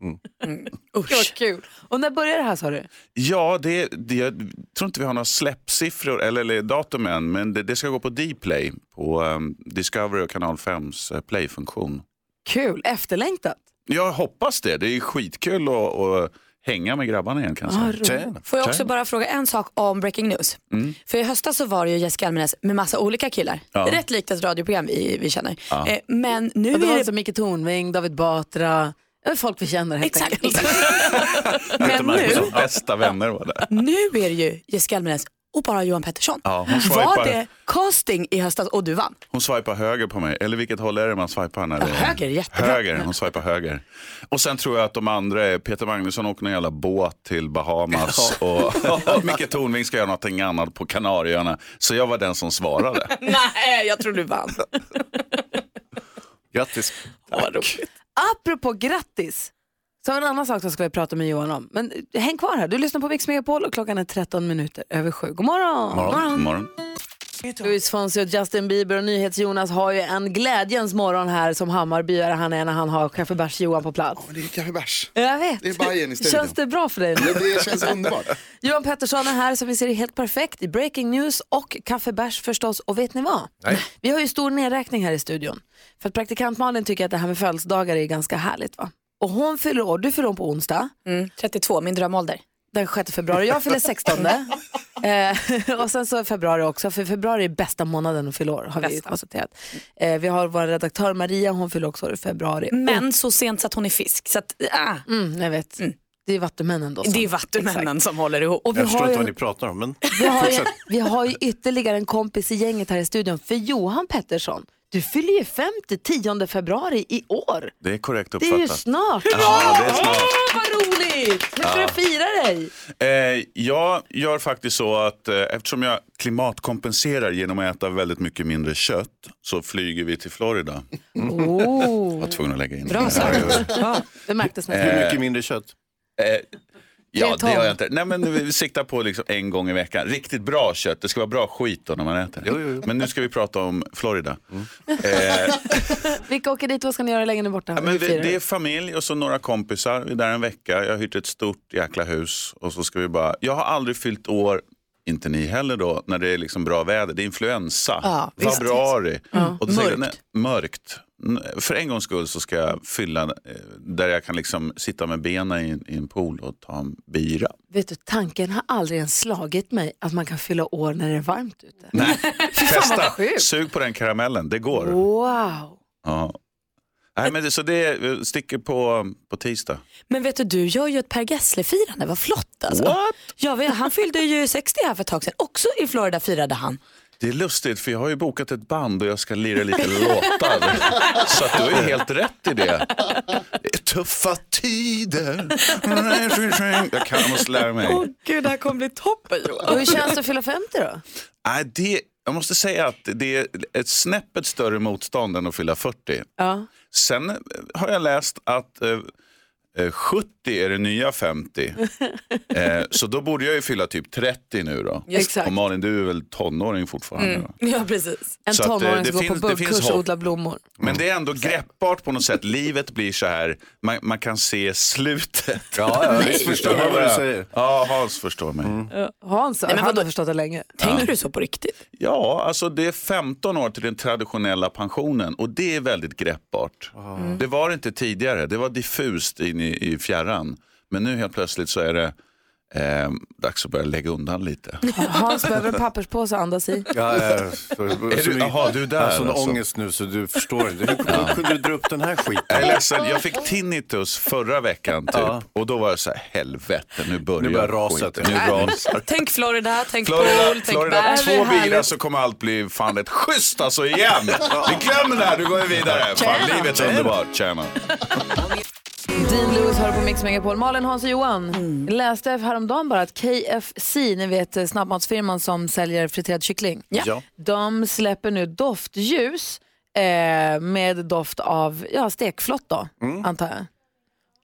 A: [LAUGHS] Usch. Vad kul. Och när börjar det här sa du?
H: Ja, det, det, jag tror inte vi har några släppsiffror eller, eller datum än, men det, det ska gå på Dplay, på um, Discovery och Kanal 5s eh, playfunktion.
A: Kul, efterlängtat.
H: Jag hoppas det. Det är skitkul att, att hänga med grabbarna igen kanske. Tjena.
B: Får jag också
H: Tjena.
B: bara fråga en sak om Breaking News? Mm. För i höstas så var det ju Jessica Almenäs med massa olika killar.
H: Ja.
B: Rätt likt ett radioprogram vi, vi känner.
H: Ja.
B: Eh, men nu
A: och det var
B: är det...
A: alltså Micke Tornving, David Batra, eh, folk vi känner helt
B: Exakt.
A: enkelt.
H: Peter
B: Men nu,
H: Markusson, liksom Bästa vänner var där.
B: nu är det ju Jessica Almenäs och bara Johan Pettersson.
H: Ja, hon
B: var
H: swipar.
B: det casting i höstas och du vann?
H: Hon swipar höger på mig. Eller vilket håll är det man swipar? När det är?
B: höger,
H: [LAUGHS]
B: jättebra.
H: Höger, hon swipar höger. Och sen tror jag att de andra är Peter Magnusson åker någon jävla båt till Bahamas och, och [LAUGHS] Micke Tornving ska göra någonting annat på Kanarieöarna. Så jag var den som svarade.
B: Nej, jag tror du vann.
H: Grattis. Tack.
A: Apropå grattis, så har vi en annan sak som jag skulle prata med Johan om. Men eh, häng kvar här, du lyssnar på Mix Megapol och klockan är 13 minuter över sju. God morgon!
H: Morgon. Morgon.
A: Louis Fonsi och Justin Bieber och NyhetsJonas har ju en glädjens morgon här som Hammarbyare han är när han har kaffebärs-Johan på plats.
K: Det är kaffebärs.
A: Jag vet.
K: Det är Bajen i studion.
A: Känns det bra för dig nu?
K: Ja, det känns underbart.
A: Johan Pettersson är här som vi ser är helt perfekt i Breaking News och kaffebärs förstås. Och vet ni vad? Vi har ju stor nedräkning här i studion. För att praktikant Malin tycker att det här med födelsedagar är ganska härligt va? Och hon fyller år, du fyller år på onsdag.
B: 32, Mm, min drömålder.
A: Den 6 februari, jag fyller
B: [LAUGHS]
A: 16. eh, [LAUGHS] och sen så februari också, för februari är bästa månaden att fylla år har vi ju
B: Bästa.
A: konstaterat. Eh, vi har vår redaktör Maria, hon fyller också år i februari.
B: Men så sent så att hon är fisk. Så att, ah.
A: Mm, jag vet. det är vattumännen då. som-
B: Det är vattumännen
A: Exakt.
B: som håller ihop.
A: Och vi Jag förstår har inte ju- vad
C: ni pratar om. Men...
A: Vi har, ju, vi har ju ytterligare en kompis i gänget här i studion, för Johan Pettersson, du fyller ju 50 10 februari i år.
H: Det är korrekt
A: Det är
H: uppfattat.
A: ju snart.
H: Ja, det är snart.
A: Åh, vad roligt! Hur ska
H: Ja.
A: du fira dig?
H: Eh, jag gör faktiskt så att eh, eftersom jag klimatkompenserar genom att äta väldigt mycket mindre kött så flyger vi till Florida.
C: Mm.
A: [LAUGHS] Oh.
H: Var tvungen att lägga in
A: Bra
H: det.
A: sagt. Ja, det märktes nästan.
H: Mm. Eh,
C: mindre kött?
H: Eh, ja,
A: Tre
H: det
A: ton.
H: gör jag inte. Nej, men vi siktar på liksom en gång i veckan. Riktigt bra kött. Det ska vara bra skit då när man äter. Men nu ska vi prata om Florida.
C: Mm.
H: Eh,
A: Vilka åker dit? Vad ska ni göra länge nu borta?
H: Ja, men
A: Hur
H: vi,
A: firar
H: det
A: du?
H: är familj och så några kompisar. Vi är där en vecka. Jag har hyrt ett stort jäkla hus. Och så ska vi bara... Jag har aldrig fyllt år, inte ni heller då, när det är liksom bra väder. Det är influensa.
E: Ja, visst.
H: Februari.
E: Ja.
H: Och då säger jag,
E: Mörkt.
H: nej, mörkt. N- För en gångs skull så ska jag fylla eh, där jag kan liksom sitta med benen i, en- i en pool och ta en bira.
A: Vet du, tanken har aldrig ens slagit mig att man kan fylla år när det är varmt ute.
H: Testa, sug på den karamellen. Det går.
A: Wow!
H: Ja. Nej, men det, så det är- sticker på, på tisdag.
B: Men vet du, du gör ju ett Per Gessle-firande. Vad flott alltså.
H: What?
B: Jag vet, han fyllde ju 60 här för ett tag sedan. Också i Florida firade han.
H: Det är lustigt för jag har ju bokat ett band och jag ska lira lite [LAUGHS] låtar. Så att du är helt rätt i det. Det är Tuffa tider. Jag kan, jag måste lära mig.
B: Gud, det här kommer bli toppen Johan.
A: Och hur känns det att fylla 50 då?
H: Nej, det, jag måste säga att det är ett snäppet större motstånd än att fylla 40.
A: Ja.
H: Sen eh, har jag läst att eh, eh, 70 är det nya 50. Eh, så då borde jag ju fylla typ 30 nu då.
A: Just det.
H: Och Malin, du är väl tonåring fortfarande?
M: Mm.
H: va?
B: Ja, precis.
A: Mm. En
H: Mm. Så att, eh,
A: tonåring
H: det
A: som går på
H: finns- det finns
A: buggkurs och
H: hopp.
A: odlar blommor.
C: Mm.
H: Men det är ändå greppbart på något sätt. Livet blir så här, man, man kan se slutet.
A: Ja, ja, visst
C: förstår jag vad du säger. Mm.
H: Ja, Hans förstår mig.
A: Hans,
B: Nej, men
A: han
B: vadå?
A: har förstått det länge.
B: Tänker du så på riktigt?
H: Ja, alltså det är 15 år till den traditionella pensionen och det är väldigt greppbart.
C: Ah.
B: Mm.
H: Det var det inte tidigare, det var diffust in i, i fjärran. Men nu helt plötsligt så är det eh, dags att börja lägga undan lite.
A: Hans behöver en papperspåse att andas i.
C: Ja, ja,
H: [LAUGHS]
C: så,
H: Är du- jaha, du är där
C: Jag har sån
H: alltså.
C: ångest nu så
H: [LAUGHS]
C: du förstår inte. Hur hur kunde du dra upp den här skiten?
H: Jag är ledsen, jag fick tinnitus förra veckan typ. Och då var jag så här, helvete nu börjar,
C: Nu börjar raset.
H: skiten. Nu rasar.
B: Tänk Florida, tänk
H: Florida,
B: pool, tänk
H: Florida
B: bär.
H: två bilar så kommer allt bli fan ett schysst alltså igen. Vi glömmer det här, nu går vi vidare. Fan,
A: Tjena.
H: livet är underbart. Tjena.
A: Dean Lewis hör på Mix Megapol. Malin, Hans och Johan.
B: Mm.
A: Läste häromdagen bara att KFC, ni vet eh, snabbmatsfirman som säljer friterad kyckling.
H: Ja.
A: De släpper nu doftljus eh, med doft av ja, stekflott då, antar jag.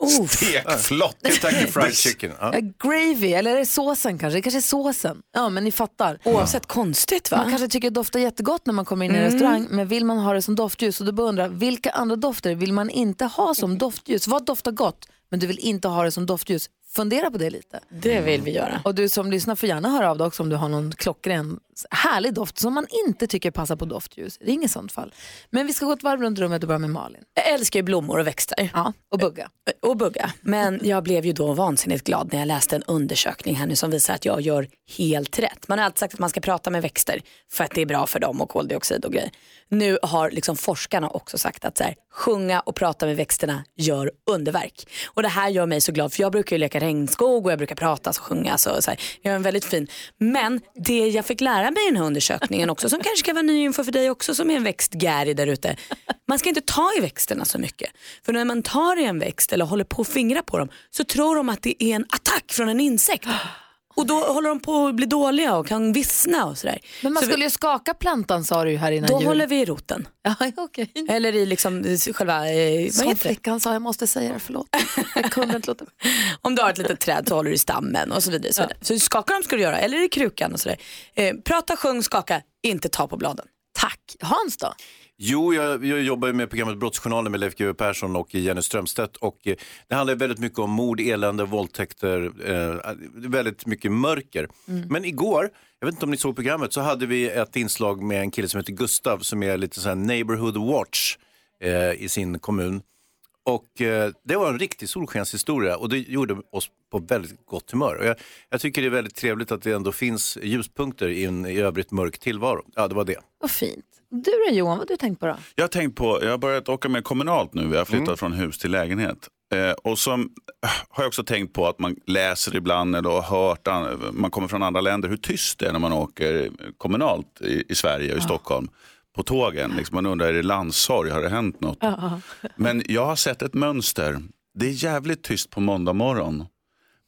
H: Stekflott.
C: Kentucky fried chicken. Ja.
A: Eh, Gravy, eller är det såsen kanske? Det kanske är såsen. Ja, men ni fattar.
B: Oavsett konstigt va?
A: Man kanske tycker det doftar jättegott när man kommer in i en
B: Mm.
A: restaurang, men vill man ha det som doftljus? Och då börjar jag undra, vilka andra dofter vill man inte ha som doftljus? Vad doftar gott, men du vill inte ha det som doftljus? Fundera på det lite.
B: Det vill vi göra.
A: Och du som lyssnar får gärna höra av dig också om du har någon klockren härlig doft som man inte tycker passar på doftljus. Ring i sånt fall. Men vi ska gå ett varv runt rummet och börja med Malin.
B: Jag älskar ju blommor och växter. Eh,
A: Ja, och bugga.
B: Och bugga. Men jag blev ju då vansinnigt glad när jag läste en undersökning här nu som visar att jag gör helt rätt. Man har alltid sagt att man ska prata med växter för att det är bra för dem och koldioxid och grejer. Nu har liksom forskarna också sagt att så här, sjunga och prata med växterna gör underverk. Och det här gör mig så glad för jag brukar ju leka regnskog och jag brukar prata och sjunga. Så, så här. Jag är en väldigt fin. Men det jag fick lära mig i den här undersökningen också som kanske kan vara ny info för dig också som är en växtgäri där ute. Man ska inte ta i växterna så mycket. För när man tar i en växt eller håller på att fingra på dem så tror de att det är en attack från en insekt. Och då håller de på att bli dåliga och kan vissna och sådär.
A: Men man
B: Så vi-
A: skulle ju skaka plantan sa du ju här innan
B: Då
A: jul.
B: håller vi i
A: [LAUGHS]
B: roten. Eller i liksom i själva... Eh, vad
A: Som
B: heter det?
A: flickan sa, jag måste säga det, förlåt. Jag kunde inte låta
B: Om du har ett litet träd så håller du i stammen och så vidare. Så, vidare. så skaka dem ska du göra, eller i krukan och sådär. Eh, prata, sjung, skaka, inte ta på bladen.
A: Tack. Hans då?
C: Jo, jag, jag jobbar ju med programmet Brottsjournalen med Leif GW Persson och Jenny Strömstedt. Och eh, det handlar väldigt mycket om mord, elände, våldtäkter, eh, väldigt mycket mörker. Men igår, jag vet inte om ni såg programmet, så hade vi ett inslag med en kille som heter Gustav som är lite sån här neighborhood watch eh, i sin kommun. Och eh, det var en riktig solskenshistoria och det gjorde oss på väldigt gott humör. Och jag, jag tycker det är väldigt trevligt att det ändå finns ljuspunkter i en i övrigt mörk tillvaro. Ja, det var det.
A: Vad fint. Du då Johan, vad har du tänkt på då?
H: Jag har tänkt på, jag har börjat åka mer kommunalt nu. Jag har flyttat från hus till lägenhet. Eh, och så har jag också tänkt på att man läser ibland eller har hört, an- man kommer från andra länder, hur tyst det är när man åker kommunalt i, i Sverige och i
O: Ja.
H: Stockholm på tågen. Liksom man undrar, är det landssorg? Har det hänt något?
O: Ja.
H: Men jag har sett ett mönster. Det är jävligt tyst på måndag morgon.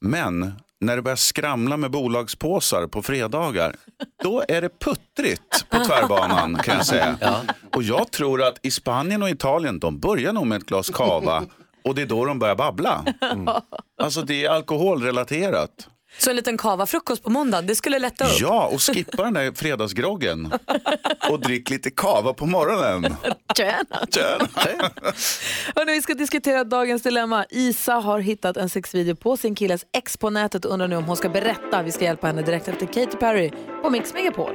H: Men när det börjar skramla med bolagspåsar på fredagar, då är det puttrigt på tvärbanan kan jag säga.
O: Ja.
H: Och jag tror att i Spanien och Italien, de börjar nog med ett glas cava och det är då de börjar babbla. Alltså det är alkoholrelaterat.
B: Så en liten kava-frukost på måndag, det skulle lätta upp.
H: Ja, och skippa den där fredagsgroggen och drick lite cava på [LAUGHS] morgonen.
A: Tjena!
H: Tjena.
A: Hörrni, vi ska diskutera dagens dilemma. Isa har hittat en sexvideo på sin killes ex på nätet och undrar nu om hon ska berätta. Vi ska hjälpa henne direkt efter Katy Perry på Mix Megapol.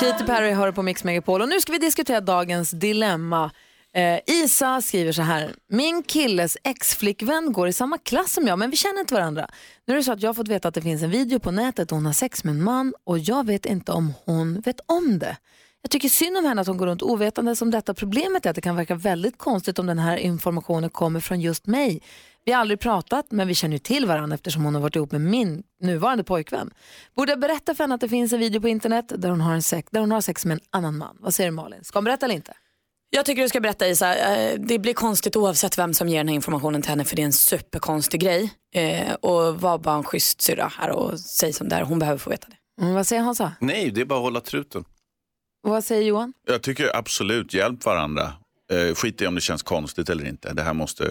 A: Katy Perry hör på Mix Megapol och nu ska vi diskutera dagens dilemma. Eh, Isa skriver så här. Min killes exflickvän går i samma klass som jag men vi känner inte varandra. Nu är det så att jag har fått veta att det finns en video på nätet där hon har sex med en man och jag vet inte om hon vet om det. Jag tycker synd om henne att hon går runt ovetande om detta. Problemet är att det kan verka väldigt konstigt om den här informationen kommer från just mig. Vi har aldrig pratat men vi känner ju till varandra eftersom hon har varit ihop med min nuvarande pojkvän. Borde jag berätta för henne att det finns en video på internet där hon har, en sex, där hon har sex med en annan man? Vad säger du Malin? Ska hon berätta eller inte?
B: Jag tycker du ska berätta Isa, Eh, det blir konstigt oavsett vem som ger den här informationen till henne för det är en superkonstig grej. Eh, Och var bara en schysst syrra här och säg som det är, hon behöver få veta det.
A: Mm, vad säger Hansa?
H: Nej, det är bara att hålla truten.
A: Och vad säger Johan?
H: Jag tycker absolut, hjälp varandra. Eh, skit i om det känns konstigt eller inte. Det här måste,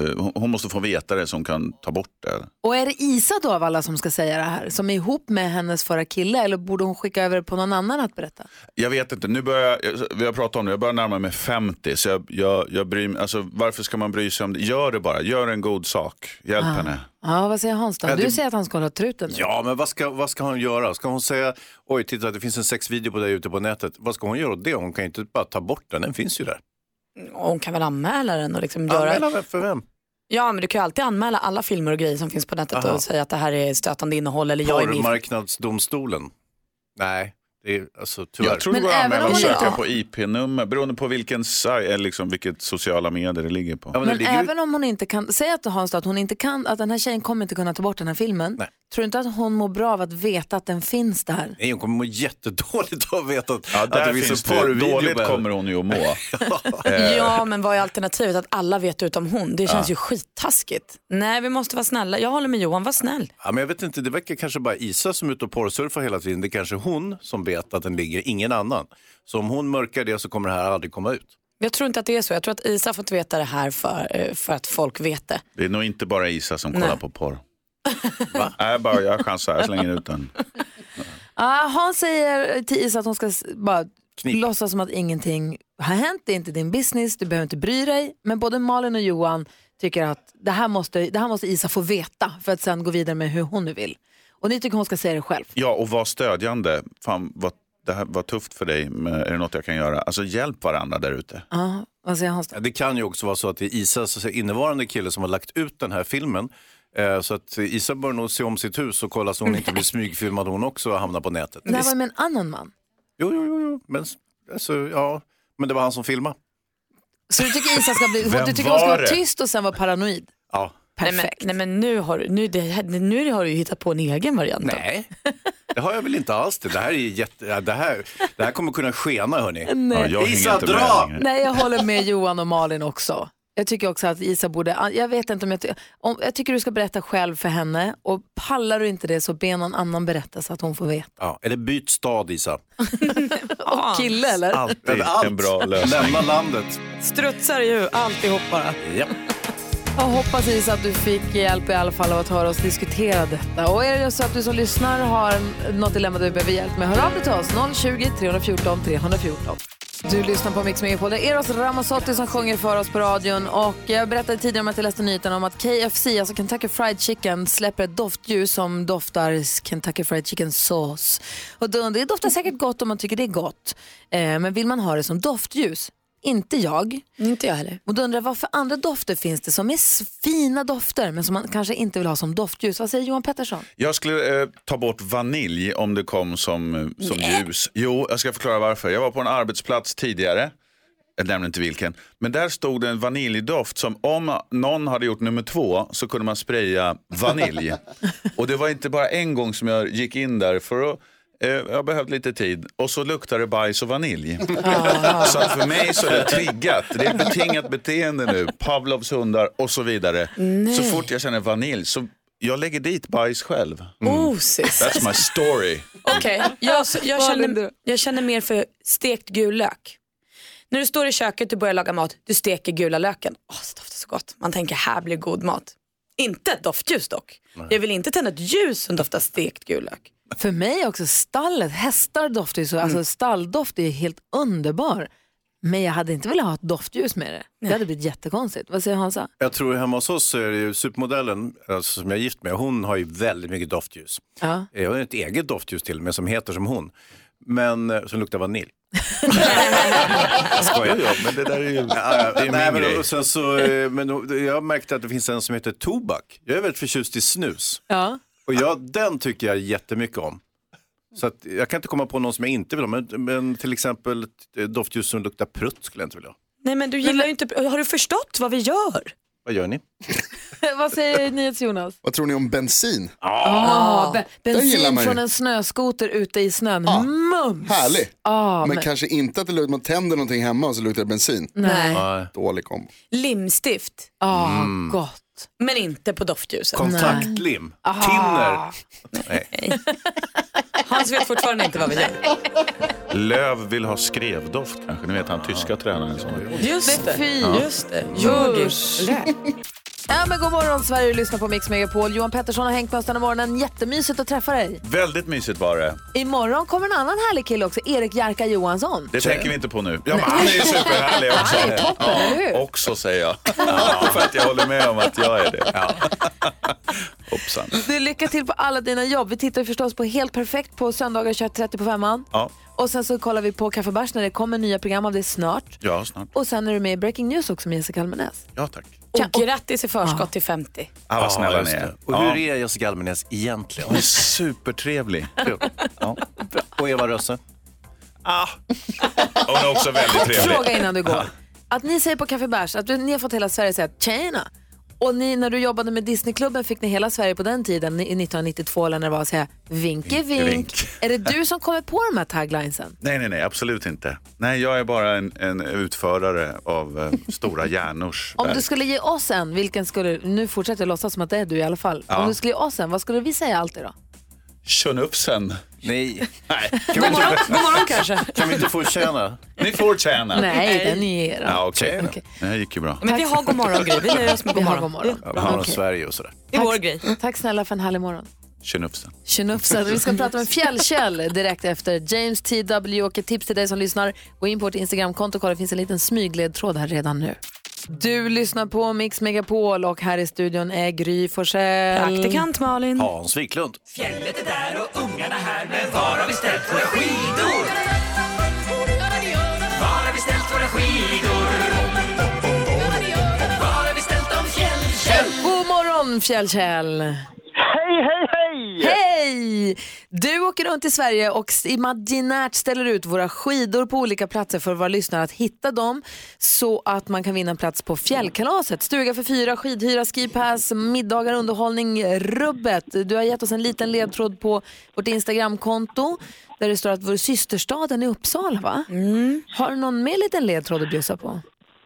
H: eh, hon- hon måste få veta det som kan ta bort det.
A: Och är det Isa då av alla som ska säga det här som är ihop med hennes förra kille eller borde hon skicka över det på någon annan att berätta?
H: Jag vet inte, nu börjar jag, vi har pratat om det, jag börjar närma mig 50. Så jag, jag, jag bryr mig, alltså, varför ska man bry sig om det? Gör det bara, gör en god sak. Hjälp
A: Ah.
H: henne.
A: Ja, vad säger Hans då?
C: Ja,
A: Du
C: det-
A: säger att han ska hålla truten.
C: Ja, men vad ska, vad ska hon göra? Ska hon säga, oj, titta det finns en sexvideo på dig ute på nätet. Vad ska hon göra åt det? Hon kan ju inte bara ta bort den, den finns ju där.
B: Och hon kan väl anmäla den och liksom göra...
C: Anmäla vem för vem?
B: Ja men du kan ju alltid anmäla alla filmer och grejer som finns på nätet
C: Aha.
B: och säga att det här är stötande innehåll eller jag är min.
C: Porrmarknadsdomstolen? Nej, det är alltså tyvärr.
H: Jag tror det går att anmäla och söka på IP-nummer beroende på vilken saj- eller liksom vilket sociala medier det ligger på.
A: Men även om hon inte kan, säg att Hans då, att hon inte kan, att den här tjejen kommer inte kunna ta bort den här filmen. Tror du inte att hon mår bra av att veta att den finns där?
C: Nej, hon kommer må jättedåligt av att veta att,
H: Ja,
C: att
H: där
C: det
H: finns
C: finns en
H: det.
C: porrvideo.
H: Dåligt
C: på henne.
H: kommer hon ju att
C: [LAUGHS]
H: må. Eh,
B: Ja men vad är alternativet att alla vet utom hon? Det känns
C: Ja.
B: ju skittaskigt. Nej vi måste vara snälla, jag håller med Johan, var snäll.
C: Ja, men jag vet inte, det verkar kanske bara Isa som är ute och porrsurfar hela tiden. Det är kanske hon som vet att den ligger, ingen annan. Så om hon mörkar det så kommer det här aldrig komma ut.
B: Jag tror inte att det är så, jag tror att Isa har fått veta det här för, eh, för att folk vet det.
H: Det är nog inte bara Isa som kollar
B: Nej.
H: på [LAUGHS] porr. Nej, bara jag chansar. Jag slänger ut den.
A: Ah, Hans säger till Isa att hon ska s- bara låtsas som att ingenting har hänt, det är inte din business, du behöver inte bry dig. Men både Malin och Johan tycker att det här måste, det här måste Isa få veta för att sen gå vidare med hur hon nu vill. Och ni tycker hon ska säga det själv.
H: Ja, och var stödjande. Fan, vad, det här var tufft för dig. Men är det något jag kan göra? Alltså hjälp varandra där ute.
A: Ja, vad säger Hans då?
C: Ja, Det kan ju också vara så att det är Isas så att säga, innevarande kille som har lagt ut den här filmen. Eh, Så att Isa bör nog se om sitt hus och kolla så hon inte blir smygfilmad hon också och hamnar på nätet.
A: Det här var ju med en annan man.
C: Jo, jo, jo, jo. Men, alltså, ja. men det var han som filmade.
A: Så du tycker Isa ska bli,
C: Vem
A: du tycker hon ska
C: var
A: vara
C: det?
A: tyst och sen vara paranoid?
C: Ja.
A: Perfekt.
B: Nej men, nej, men nu, har, du- nu, det, här- nu har du ju hittat på en egen variant. då.
C: Nej, det har jag väl inte alls. Det, det, här, är jätte, ja, det, här, det här kommer kunna skena, hörni.
A: Nej. Ja, jag hänger
C: Isa,
A: inte med
C: dra!
A: Nej, jag håller med Johan och Malin också. Jag tycker också att Isa borde, ah, jag vet inte om jag, ty- om, jag tycker du ska berätta själv för henne och pallar du inte det så be någon annan berätta så att hon får veta.
C: Ja, eller byt stad, Isa. Ah.
A: Och kille eller?
C: Alltid
H: en bra lösning.
C: Lämna landet.
B: Strutsar ju alltihop bara.
C: Japp.
A: Jag hoppas Isa att du fick hjälp i alla fall av att höra oss diskutera detta. Och är det så att du som lyssnar har en- något dilemma du behöver hjälp med, hör av dig till oss. 020 314 314. Du lyssnar på Mix Megapol. Det är Eros Ramazzotti som sjunger för oss på radion. Och jag berättade tidigare om att jag läste nyheten om att KFC, alltså Kentucky Fried Chicken, släpper ett doftljus som doftar Kentucky Fried Chicken sås. Och då- det doftar säkert gott om man tycker det är gott. Eh, Men vill man ha det som doftljus? Inte jag.
B: Inte jag heller.
A: Och då undrar jag, vad för andra dofter finns det som är s- fina dofter men som man kanske inte vill ha som doftljus? Vad säger Johan Pettersson?
H: Jag skulle eh, ta bort vanilj om det kom som, eh, som ljus. Jo, jag ska förklara varför. Jag var på en arbetsplats tidigare jag nämner inte vilken. Men där stod det en vaniljdoft som om någon hade gjort nummer två så kunde man spraya vanilj. och det var inte bara en gång som jag gick in där för att eh, jag behövde lite tid och så luktade det bajs och vanilj. så att för mig så är det triggat. Det är ett betingat beteende nu. Pavlovs hundar och så vidare.
B: Nej.
H: Så fort jag känner vanilj så jag lägger dit bajs själv. Mm.
B: Oh, sis.
H: That's my story.
B: Okej, jag, jag, känner, jag känner mer för stekt gul lök. När du står i köket och börjar laga mat, du steker gula löken. Åh, det doftar så gott. Man tänker, här blir god mat. Inte ett doftljus dock. Jag vill inte tända ett ljus som doftar stekt gul lök.
A: För mig också, stallet, hästar doftar ju så,
K: Mm.
A: alltså stalldoft är ju helt underbar. Men jag hade inte velat ha ett doftljus med det. Det hade blivit jättekonstigt. Vad säger Hansa?
C: Jag tror hemma hos oss så är det ju supermodellen alltså, som jag är gift med, hon har ju väldigt mycket doftljus.
A: Ja.
C: Jag har ett eget doftljus till och med som heter som hon. Men eh, som luktar vanilj.
H: [LAUGHS] Skojar jag? Men det där är ju, det är ju
C: Nej,
H: min
C: men,
H: grej.
C: och sen så, eh, men då- jag märkte att det finns en som heter tobak. Jag är väldigt förtjust i snus.
A: Ja.
C: Och jag, den tycker jag jättemycket om. Så att, jag kan inte komma på någon som jag inte vill ha. Men, men till exempel eh, doftljus som luktar prutt skulle jag inte vilja ha.
B: Nej men du gillar ju inte, har du förstått vad vi gör?
C: Vad gör ni?
A: [LAUGHS] Vad säger NyhetsJonas?
K: Vad tror ni om bensin?
A: Ah, be-
K: Den gillar
A: bensin
K: man ju. Ah,
A: från en snöskoter ute i snön. Mums!
K: Härlig.
A: Ah,
K: men,
A: men-
K: kanske inte att det luktar, man tänder någonting hemma och så luktar det bensin.
A: Nej.
K: Dålig kombo.
B: Limstift.
A: Ah,
K: Mm.
A: gott.
B: Men inte på doftljuset.
C: Kontaktlim.
B: Aha.
C: Tinner. Nej.
B: Hans vet fortfarande inte vad vi gör. [LAUGHS]
H: Löv vill ha skrevdoft kanske. Ni vet han tyska tränaren som
B: Just det.
A: Fy.
H: Ja.
B: Just det.
A: Usch. [LAUGHS] Ja, men god morgon Sverige, du lyssnar på Mix Megapol. Johan Pettersson har hängt med oss den här morgonen. Jättemysigt att träffa dig.
H: Väldigt mysigt var det.
A: Imorgon kommer en annan härlig kille också, Erik Jerka Johansson.
H: Det tänker vi inte på nu. Ja, men han är ju superhärlig också.
A: Han är toppen, eller hur?
H: Också säger jag. Ja, för att jag håller med om att jag är det. Ja. Hoppsan.
A: Du, lycka till på alla dina jobb. Vi tittar ju förstås på Helt perfekt på söndagar 21.30 på femman.
H: Ja,
A: Och sen så kollar vi på Kaffe Bärs när det kommer nya program av det snart.
H: ja snart.
A: Och sen är du med i Breaking News också med Jessica Almenäs.
H: Ja, tack.
B: Och grattis i förskott till 50.
H: Ah, vad snälla
C: just
H: ni är.
C: det. Och hur
H: Ja.
C: är Jessica Almenäs egentligen?
H: Hon är
C: [LAUGHS]
H: supertrevlig. Ja.
C: Och Eva Röse?
H: Ah. Hon är också väldigt
A: Kort
H: trevlig.
A: fråga innan du går.
H: Ja.
A: Att ni säger på Café Bärs att du, ni har fått hela Sverige säga tjena. Och ni, när du jobbade med Disneyklubben fick ni hela Sverige på den tiden, i 1992 eller när det var, att säga vinke
H: Vinke,
A: vink.
H: vink.
A: Är det du som kommer på de här taglinesen?
H: Nej, nej, nej, absolut inte. Nej, jag är bara en, en utförare av eh, stora hjärnors
A: Om
H: verk.
A: du skulle ge oss en, vilken skulle, nu fortsätter jag låtsas som att det är du i alla fall.
H: Ja.
A: Om du skulle ge oss en, vad skulle vi säga alltid då?
H: Tjönupsen.
C: Nej.
H: nej.
A: God morgon, god morgon kanske.
C: Kan vi inte fortjäna?
H: Ni får tjäna.
A: Nej, den är er.
H: Ja, okej. Det här gick ju bra.
B: Men vi har god morgon Gry, vi nöjer oss med god
A: Vi har
B: morgon.
A: god morgon.
H: Ja, vi har
A: Okej.
H: Sverige och sådär.
B: Det är vår
A: Tack-
B: grej.
A: Tack snälla för en härlig morgon.
H: Tjönupsen.
A: Tjenufsen. Vi ska prata med Fjällkäll direkt efter James T.W. och ett tips till dig som lyssnar. Gå in på vårt Instagramkonto och kolla, det finns en liten smygledtråd här redan nu. Du lyssnar på Mix Megapol och här i studion är Gry Forssell.
B: Praktikant Malin.
C: Hans Wiklund.
E: Fjället är där och ungarna här, men var har vi ställt våra skidor? Var har vi ställt våra skidor? Var har vi ställt dem, Fjällkäll?
A: God morgon Fjällkäll!
O: Hej, hej, hej!
A: Hej! Du åker runt i Sverige och s- imaginärt ställer ut våra skidor på olika platser för våra lyssnare att hitta dem så att man kan vinna en plats på fjällkalaset. Stuga för fyra, skidhyra, skipass, middagar, underhållning, rubbet. Du har gett oss en liten ledtråd på vårt Instagramkonto där det står att vår systerstaden är Uppsala va? Har du någon mer liten ledtråd att bjussa på?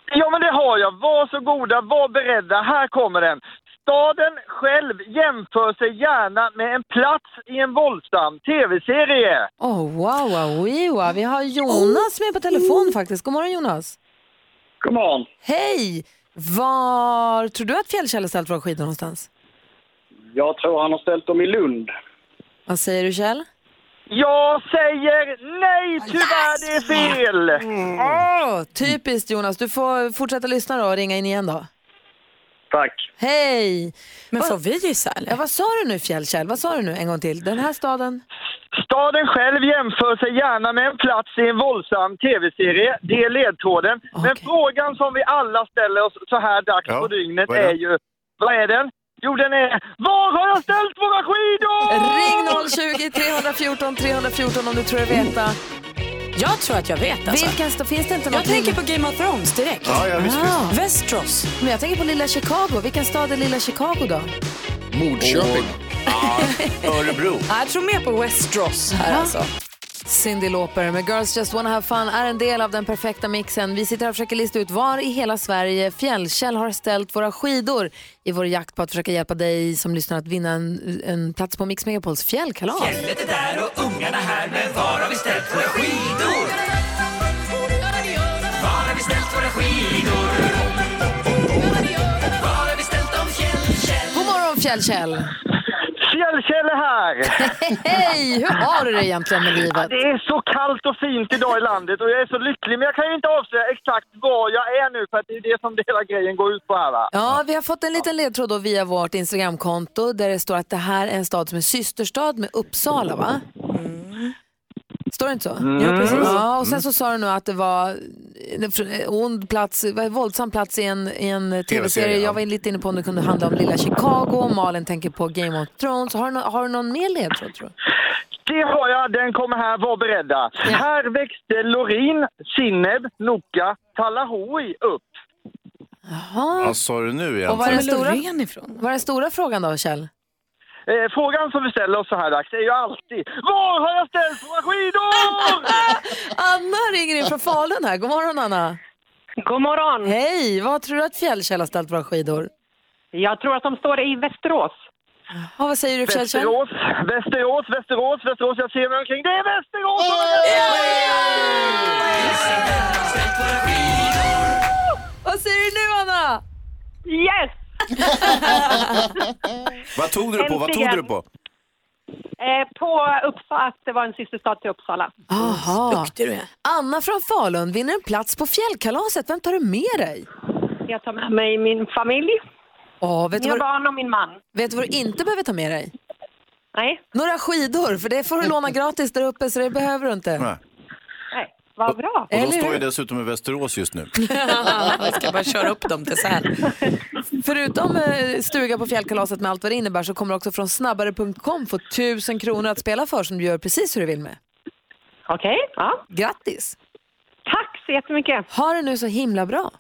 O: Ja, men det har jag. Var så goda, var beredda. Här kommer den. Staden själv jämför sig gärna med en plats i en våldsam tv-serie.
A: Åh, wow, wow, wow. Vi har Jonas med
B: Mm.
A: på telefon faktiskt. God morgon Jonas.
O: God morgon.
A: Hej! Var tror du att Fjällkäll har ställt våra skidor någonstans?
P: Jag tror han har ställt dem i Lund.
A: Vad säger du Kjell?
O: Jag säger nej, tyvärr, det är fel!
A: Mm. Åh, typiskt Jonas. Du får fortsätta lyssna då och ringa in igen då.
P: Tack.
A: Hej!
B: Men får vi gissa eller?
A: Ja, vad sa du nu Fjällkäll? Vad sa du nu en gång till? Den här staden?
O: Staden själv jämför sig gärna med en plats i en våldsam tv-serie. Det är ledtråden. Men frågan som vi alla ställer oss så här dags på dygnet
E: vad är det?
O: är ju... Vad är den? Jo, den är... Var har jag ställt våra skidor?
A: Ring 020 314 314 om du tror du veta.
B: Jag tror att jag vet alltså.
A: Vilken står, finns det inte något
B: Jag tänker på Game of Thrones direkt.
A: Ja, ja, visst,
B: Ah. Västerås.
A: Men jag tänker på lilla Chicago. Vilken stad är lilla Chicago då?
Q: Mordköping.
C: Örebro.
B: [LAUGHS] Ja, jag tror mer på Westeros här
A: Ja.
B: alltså.
A: Cyndi Lauper med Girls Just Wanna Have Fun är en del av den perfekta mixen. Vi sitter här och försöker lista ut var i hela Sverige Fjällkäll har ställt våra skidor i vår jakt på att försöka hjälpa dig som lyssnar att vinna en, en plats på Mix Megapols fjällkalas.
E: Fjället är där och ungarna här, men var har vi ställt våra skidor? Var har vi ställt våra skidor? Var har vi ställt dem, Fjällkäll?
A: God morgon Fjällkäll!
O: Fjällkäll är här!
A: [LAUGHS] Hej! Hur har du det egentligen med
O: Ja,
A: livet?
O: Det är så kallt och fint idag i landet och jag är så lycklig men jag kan ju inte avslöja exakt var jag är nu för att det är det som hela grejen går ut på här va.
A: Ja, vi har fått en liten ledtråd då via vårt Instagramkonto där det står att det här är en stad som är systerstad med Uppsala, va? Står det inte så?
E: Mm.
A: Ja, precis. Ja, och
E: Mm.
A: sen så sa du nu att det var en ond plats, eh, vad är- våldsam plats i en, i en eh, tv-serie.
E: ja.
A: Jag var lite inne på om det kunde handla om lilla Chicago, Malin tänker på Game of Thrones. Har du, nå- har du någon mer ledtråd tror du?
O: Det har jag, den kommer här, var beredda. Här växte Lorin, Sineb, Noka, Talahui upp.
A: Jaha.
C: Vad sa du nu egentligen?
A: Och vad är den stora,
B: ifrån?
A: vad är den stora frågan då, Kjell?
O: Eh, frågan som vi ställer oss så här dags är ju alltid Var har jag ställt våra skidor?
A: Anna ringer in från Falun här. God morgon Anna.
F: God morgon.
A: Hej, vad tror du att Fjällkäll har ställt våra skidor?
F: Jag tror att de står i Västerås.
A: Ja, vad säger du Fjällkäll?
O: Västerås, Västerås, Västerås, Västerås. Jag ser mig omkring. Det är Västerås!
A: Vad säger du nu Anna?
F: Yes!
C: Vad tog du på? Vad tog du
F: Äntligen.
C: på?
F: Eh, på Uppsala, att det var en systerstad till Uppsala.
A: Aha.
F: Duktig du är.
A: Anna från Falun vinner en plats på fjällkalaset. Vem tar du med dig?
F: Jag tar med mig min familj,
A: Åh, vet, du
F: mina
A: vad,
F: barn och min man.
A: vet du vad du inte behöver ta med dig?
F: Nej.
A: Några skidor, för det får du låna gratis där uppe så det behöver du inte.
C: Nej.
F: Nej, vad bra.
C: Och de står ju dessutom i Västerås
B: [LAUGHS]
C: just nu.
B: [LAUGHS] Jag ska bara köra upp dem till Sälen.
A: Förutom eh, stuga på fjällkalaset med allt vad det innebär så kommer du också från snabbare.com få 1000 kronor att spela för som du gör precis hur du vill med.
F: Okej, ja.
A: Grattis!
F: Tack så jättemycket!
A: Ha det nu så himla bra!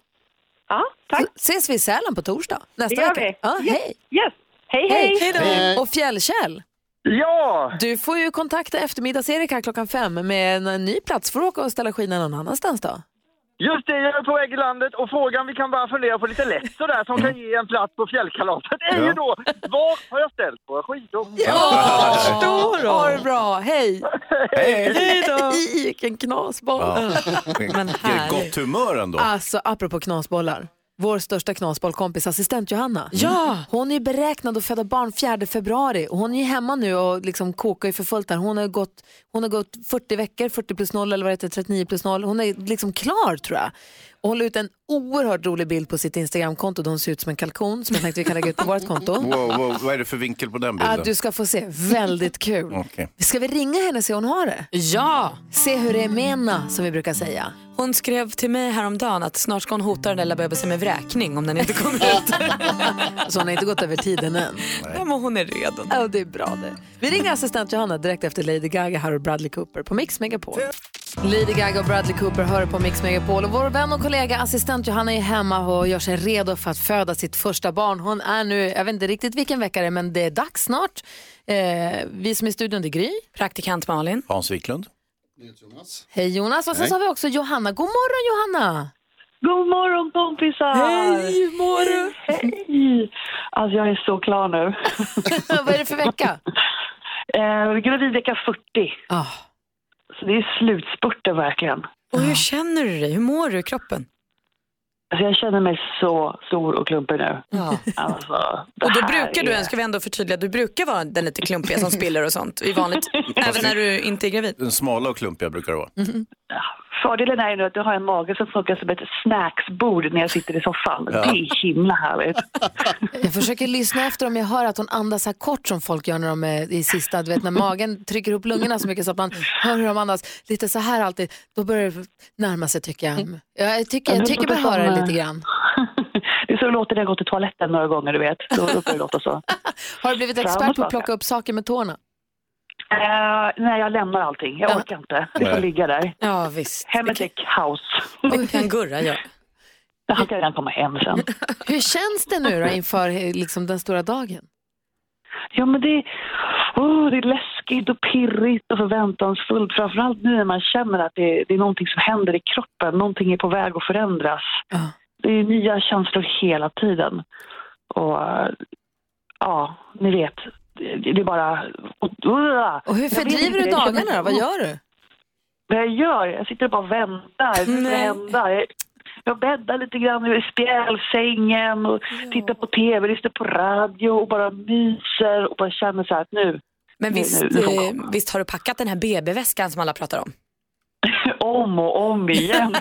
F: Ja, tack!
A: Så ses vi i Sälen på torsdag nästa
F: Det gör
A: vecka.
F: vi. Yes.
A: Ja, hej!
F: Yes. Hej, hej.
A: hej då.
F: Hej.
A: Och Fjällkäll!
O: Ja!
A: Du får ju kontakta eftermiddags-Erik här klockan fem med en, en ny plats. Får du åka och ställa skidorna någon annanstans då?
O: Just det, jag är på väg i landet och frågan vi kan bara fundera på lite lätt sådär som kan ge en plats på fjällkalaset är ju
A: Ja.
O: då Var har jag ställt våra skidor?
A: Ja, förstår Ha det bra, hej!
C: Hej.
E: Hej då.
A: [LAUGHS] I, Vilken knasboll! [LAUGHS]
C: Ja. Vilket gott humör ändå.
A: Alltså, apropå knasbollar. Vår största knasbollkompis, assistent Johanna.
C: Ja.
A: [LAUGHS] Hon är ju beräknad att föda barn 4 februari och hon är ju hemma nu och liksom kokar ju för fullt där. Hon har, gått, hon har gått 40 veckor, 40 plus 0 eller vad det heter, 39 plus 0. Hon är liksom klar tror jag. Och hon la ut en oerhört rolig bild på sitt Instagramkonto där hon ser ut som en kalkon som jag tänkte vi kan lägga ut på vårt konto.
C: Wow, wow, vad är det för vinkel på den bilden?
A: Ja, du ska få se. Väldigt kul.
C: Okej.
A: Ska vi ringa henne och se hur hon har det?
B: Ja!
A: Se hur det är med Anna, som vi brukar säga.
B: Hon skrev till mig häromdagen att snart ska hon hota den där lilla bebisen med vräkning om
M: [LAUGHS]
B: den inte kommer ut.
A: Så hon har inte gått över tiden än.
B: Ja, men hon är redo.
A: Ja, det är bra det. Vi ringer assistent Johanna direkt efter Lady Gaga här och Bradley Cooper på Mix Megapol. Lady Gaga och Bradley Cooper hör på Mix Megapol och vår vän och kollega assistent Johanna är hemma och gör sig redo för att föda sitt första barn. Hon är nu, jag vet inte riktigt vilken vecka det är, men det är dags snart. Eh, vi som är i studion, det är Gry.
B: Praktikant Malin.
C: Hans Wiklund.
A: Hej Jonas och sen
C: Hej.
A: så har vi också Johanna. God morgon Johanna!
M: God morgon kompisar!
A: Hej, hur mår du?
M: Hej! Alltså jag är så klar
B: [LAUGHS]
M: nu.
A: Vad är det för vecka?
M: Eh, gravidvecka 40.
A: Ah.
M: Så det är slutspurten verkligen.
B: Och hur känner du dig? Hur mår du i kroppen?
M: Alltså jag känner mig så stor och klumpig nu.
B: Ja.
M: Alltså, det
B: Och då
M: här
B: brukar
M: är-
B: du, ska vi ändå förtydliga, du brukar vara den lite klumpiga som spiller och sånt
M: [LAUGHS]
B: i vanligt, även när du inte är gravid.
C: Den smala och klumpiga brukar det vara.
M: Fördelen är ju nu att du har en mage som funkar som ett snacksbord när jag sitter i soffan.
C: Ja.
M: Det är himla härligt.
A: Jag försöker lyssna efter om jag hör att hon andas så här kort som folk gör när de är i sista, du vet när magen trycker upp lungorna så mycket så att man hör hur de andas. Lite så här alltid, då börjar det närma sig tycker jag. Jag tycker, jag tycker mig höra det lite grann.
M: Det är så det låter när jag går till toaletten några gånger, du vet. Då brukar det låta så.
A: Har du blivit expert på att plocka upp saker med tårna?
M: Eh, nej, jag lämnar allting. Jag orkar inte. Det får
B: Nej.
M: ligga där.
A: Ja, visst.
M: Hemmet är kaos.
B: Det kan
M: [LAUGHS]
B: Gurra göra.
M: Han kan redan komma hem
A: [LAUGHS]
M: sen.
A: Hur känns det nu då inför eh, liksom, den stora dagen?
M: Ja, men det, oh, det är läskigt och pirrigt och förväntansfullt. Framförallt nu när man känner att det, det är någonting som händer i kroppen. Någonting är på väg att förändras. Det är nya känslor hela tiden. Och eh, ja, ni vet. Det, det är bara...
A: Och hur
M: Jag vet
A: fördriver
M: inte,
A: du
M: jag känner-
A: dagarna då? Vad gör du?
M: Vad jag gör? Jag sitter och bara väntar. Det ska hända. Jag- Jag bäddar lite grann i spjälsängen och tittar på tv, lyssnar på radio och bara myser och bara känner så här att nu...
B: Men
M: nu-
B: visst,
M: nu, nu får det
B: eh, visst har du packat den här BB-väskan som alla pratar om?
M: [LAUGHS] om och om
A: [LAUGHS]
M: igen.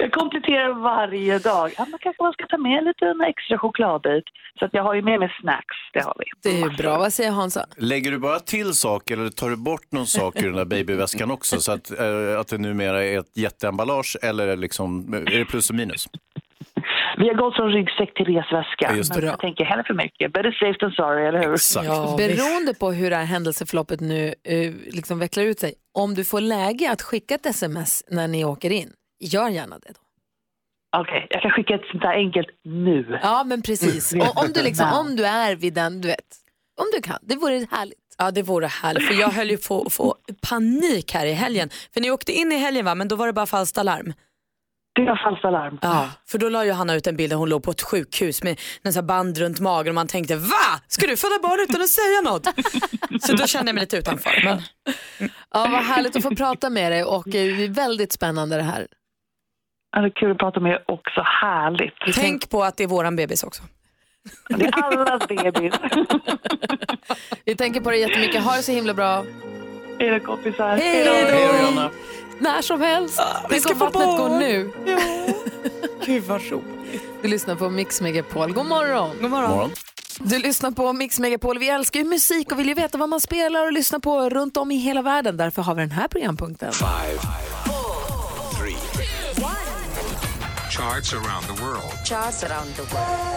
M: jag kompletterar varje dag. Ja, man kanske man ska ta med lite en extra chokladbit. Så att jag har ju med mig snacks, det har vi.
A: Det är ju bra. Vad säger Hansa?
C: Lägger du bara till saker eller tar du bort någon sak ur den där babyväskan också? Så att, eh, att det numera är ett jätteemballage eller är, liksom, är det plus och minus?
M: Vi har gått från ryggsäck till resväska.
C: just det.
M: jag tänker hellre för mycket. Better safe than sorry, eller hur?
A: Beroende på hur det här händelseförloppet nu eh, liksom vecklar ut sig, om du får läge att skicka ett sms när ni åker in, gör gärna det. Då.
M: Okej, jag kan skicka ett sånt där enkelt nu.
A: Ja, men precis. Och om, du liksom, om du är vid den, du vet, om du kan. Det vore härligt.
B: Ja, det vore härligt. För jag höll ju på att få panik här i helgen. För ni åkte in i helgen va, men då var det bara falskt alarm.
M: Det var falskt alarm.
B: Ja, för då la ju Hanna ut en bild där hon låg på ett sjukhus med en sån här band runt magen och man tänkte va? Ska du föda barn utan att säga något? Så då kände jag mig lite utanför. Men...
A: Ja, vad härligt att få prata med dig och eh, det är väldigt spännande det här.
M: Ja, det är kul att prata med er också. Härligt.
B: Tänk på att det är våran bebis också.
M: Det är allas bebis.
A: Vi tänker på dig jättemycket. Ha det så himla bra.
M: Hej då kompisar.
A: Hej då. När som helst. vi ska få vattnet går nu. Ja.
B: Gud vad roligt.
A: Du lyssnar på Mix Megapol. God morgon.
B: God
C: morgon.
A: Du lyssnar på Mix Megapol. Vi älskar ju musik och vill ju veta vad man spelar och lyssnar på runt om i hela världen. Därför har vi den här programpunkten.
E: Charts around the world.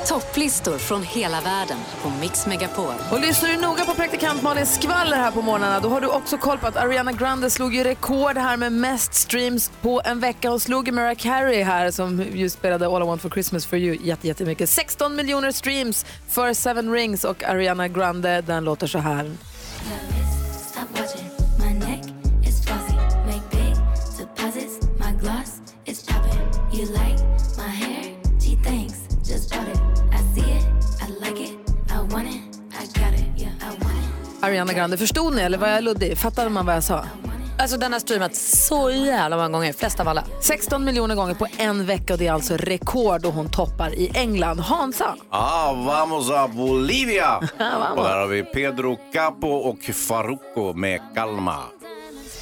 R: Topplistor från hela världen på Mix Megapol.
A: Och lyssnar du noga på praktikant Malins skvaller här på morgnarna då har du också koll på att Ariana Grande slog ju rekord här med mest streams på en vecka och slog ju Mariah Carey här som ju spelade All I Want For Christmas For You jätte- jättemycket. 16 miljoner streams för Seven Rings och Ariana Grande den låter så här.
L: Stop watching. My neck is flossy. Make big deposits. My gloss is popping. You like my hair? Gee, thanks. Just bought it. I see it. I like it. I want it. I got it. Yeah, I want it.
A: Ariana Grande, förstod ni eller var jag luddig? Fattade man vad jag sa?
B: Alltså den har streamats så jävla många gånger, flest av alla.
A: 16 miljoner gånger på en vecka och det är alltså rekord och hon toppar i England. Hansa?
C: Ah, vamos a
B: [LAUGHS]
C: Bolivia!
A: Vamos.
C: Och där har vi Pedro Capo och Farruko med Calma.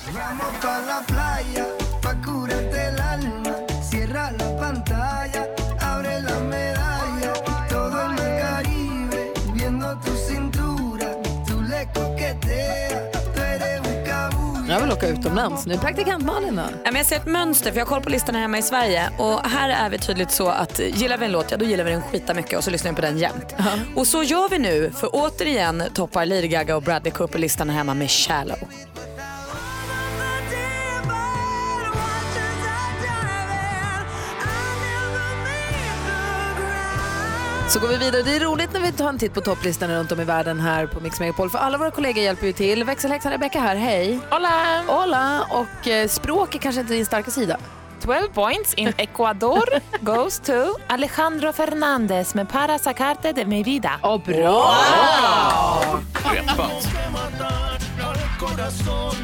S: Vamos pa' la playa, pa' curarte el alma. Cierra la pantalla, abre la medalla. Todo en el Caribe, viendo tu cintura. Tú le coqueteas, tú eres un cabullo.
A: Jag vill åka utomlands nu. Praktikant Malin då?
B: Ja, men Jag ser ett mönster för jag har koll på listan här hemma i Sverige och här är vi tydligt så att eh, gillar vi en låt, ja då gillar vi den skita mycket och så lyssnar vi på den jämt. Och så gör vi nu, för återigen toppar Lady Gaga och Bradley Cooper listan här hemma med Shallow.
A: Så går vi vidare. Det är roligt när vi tar en titt på topplistan runt om i världen här på Mix Megapol. För alla våra kollegor hjälper ju till. Växelhäxan Rebecca här, hej.
F: Hola!
A: Hola! Och eh, språk är kanske inte din starka sida.
F: 12 points in
A: [LAUGHS]
F: Ecuador goes to Alejandro Fernandez med Para sacarte de mi vida.
A: Oh, bra!
S: Vamos que matar al corazón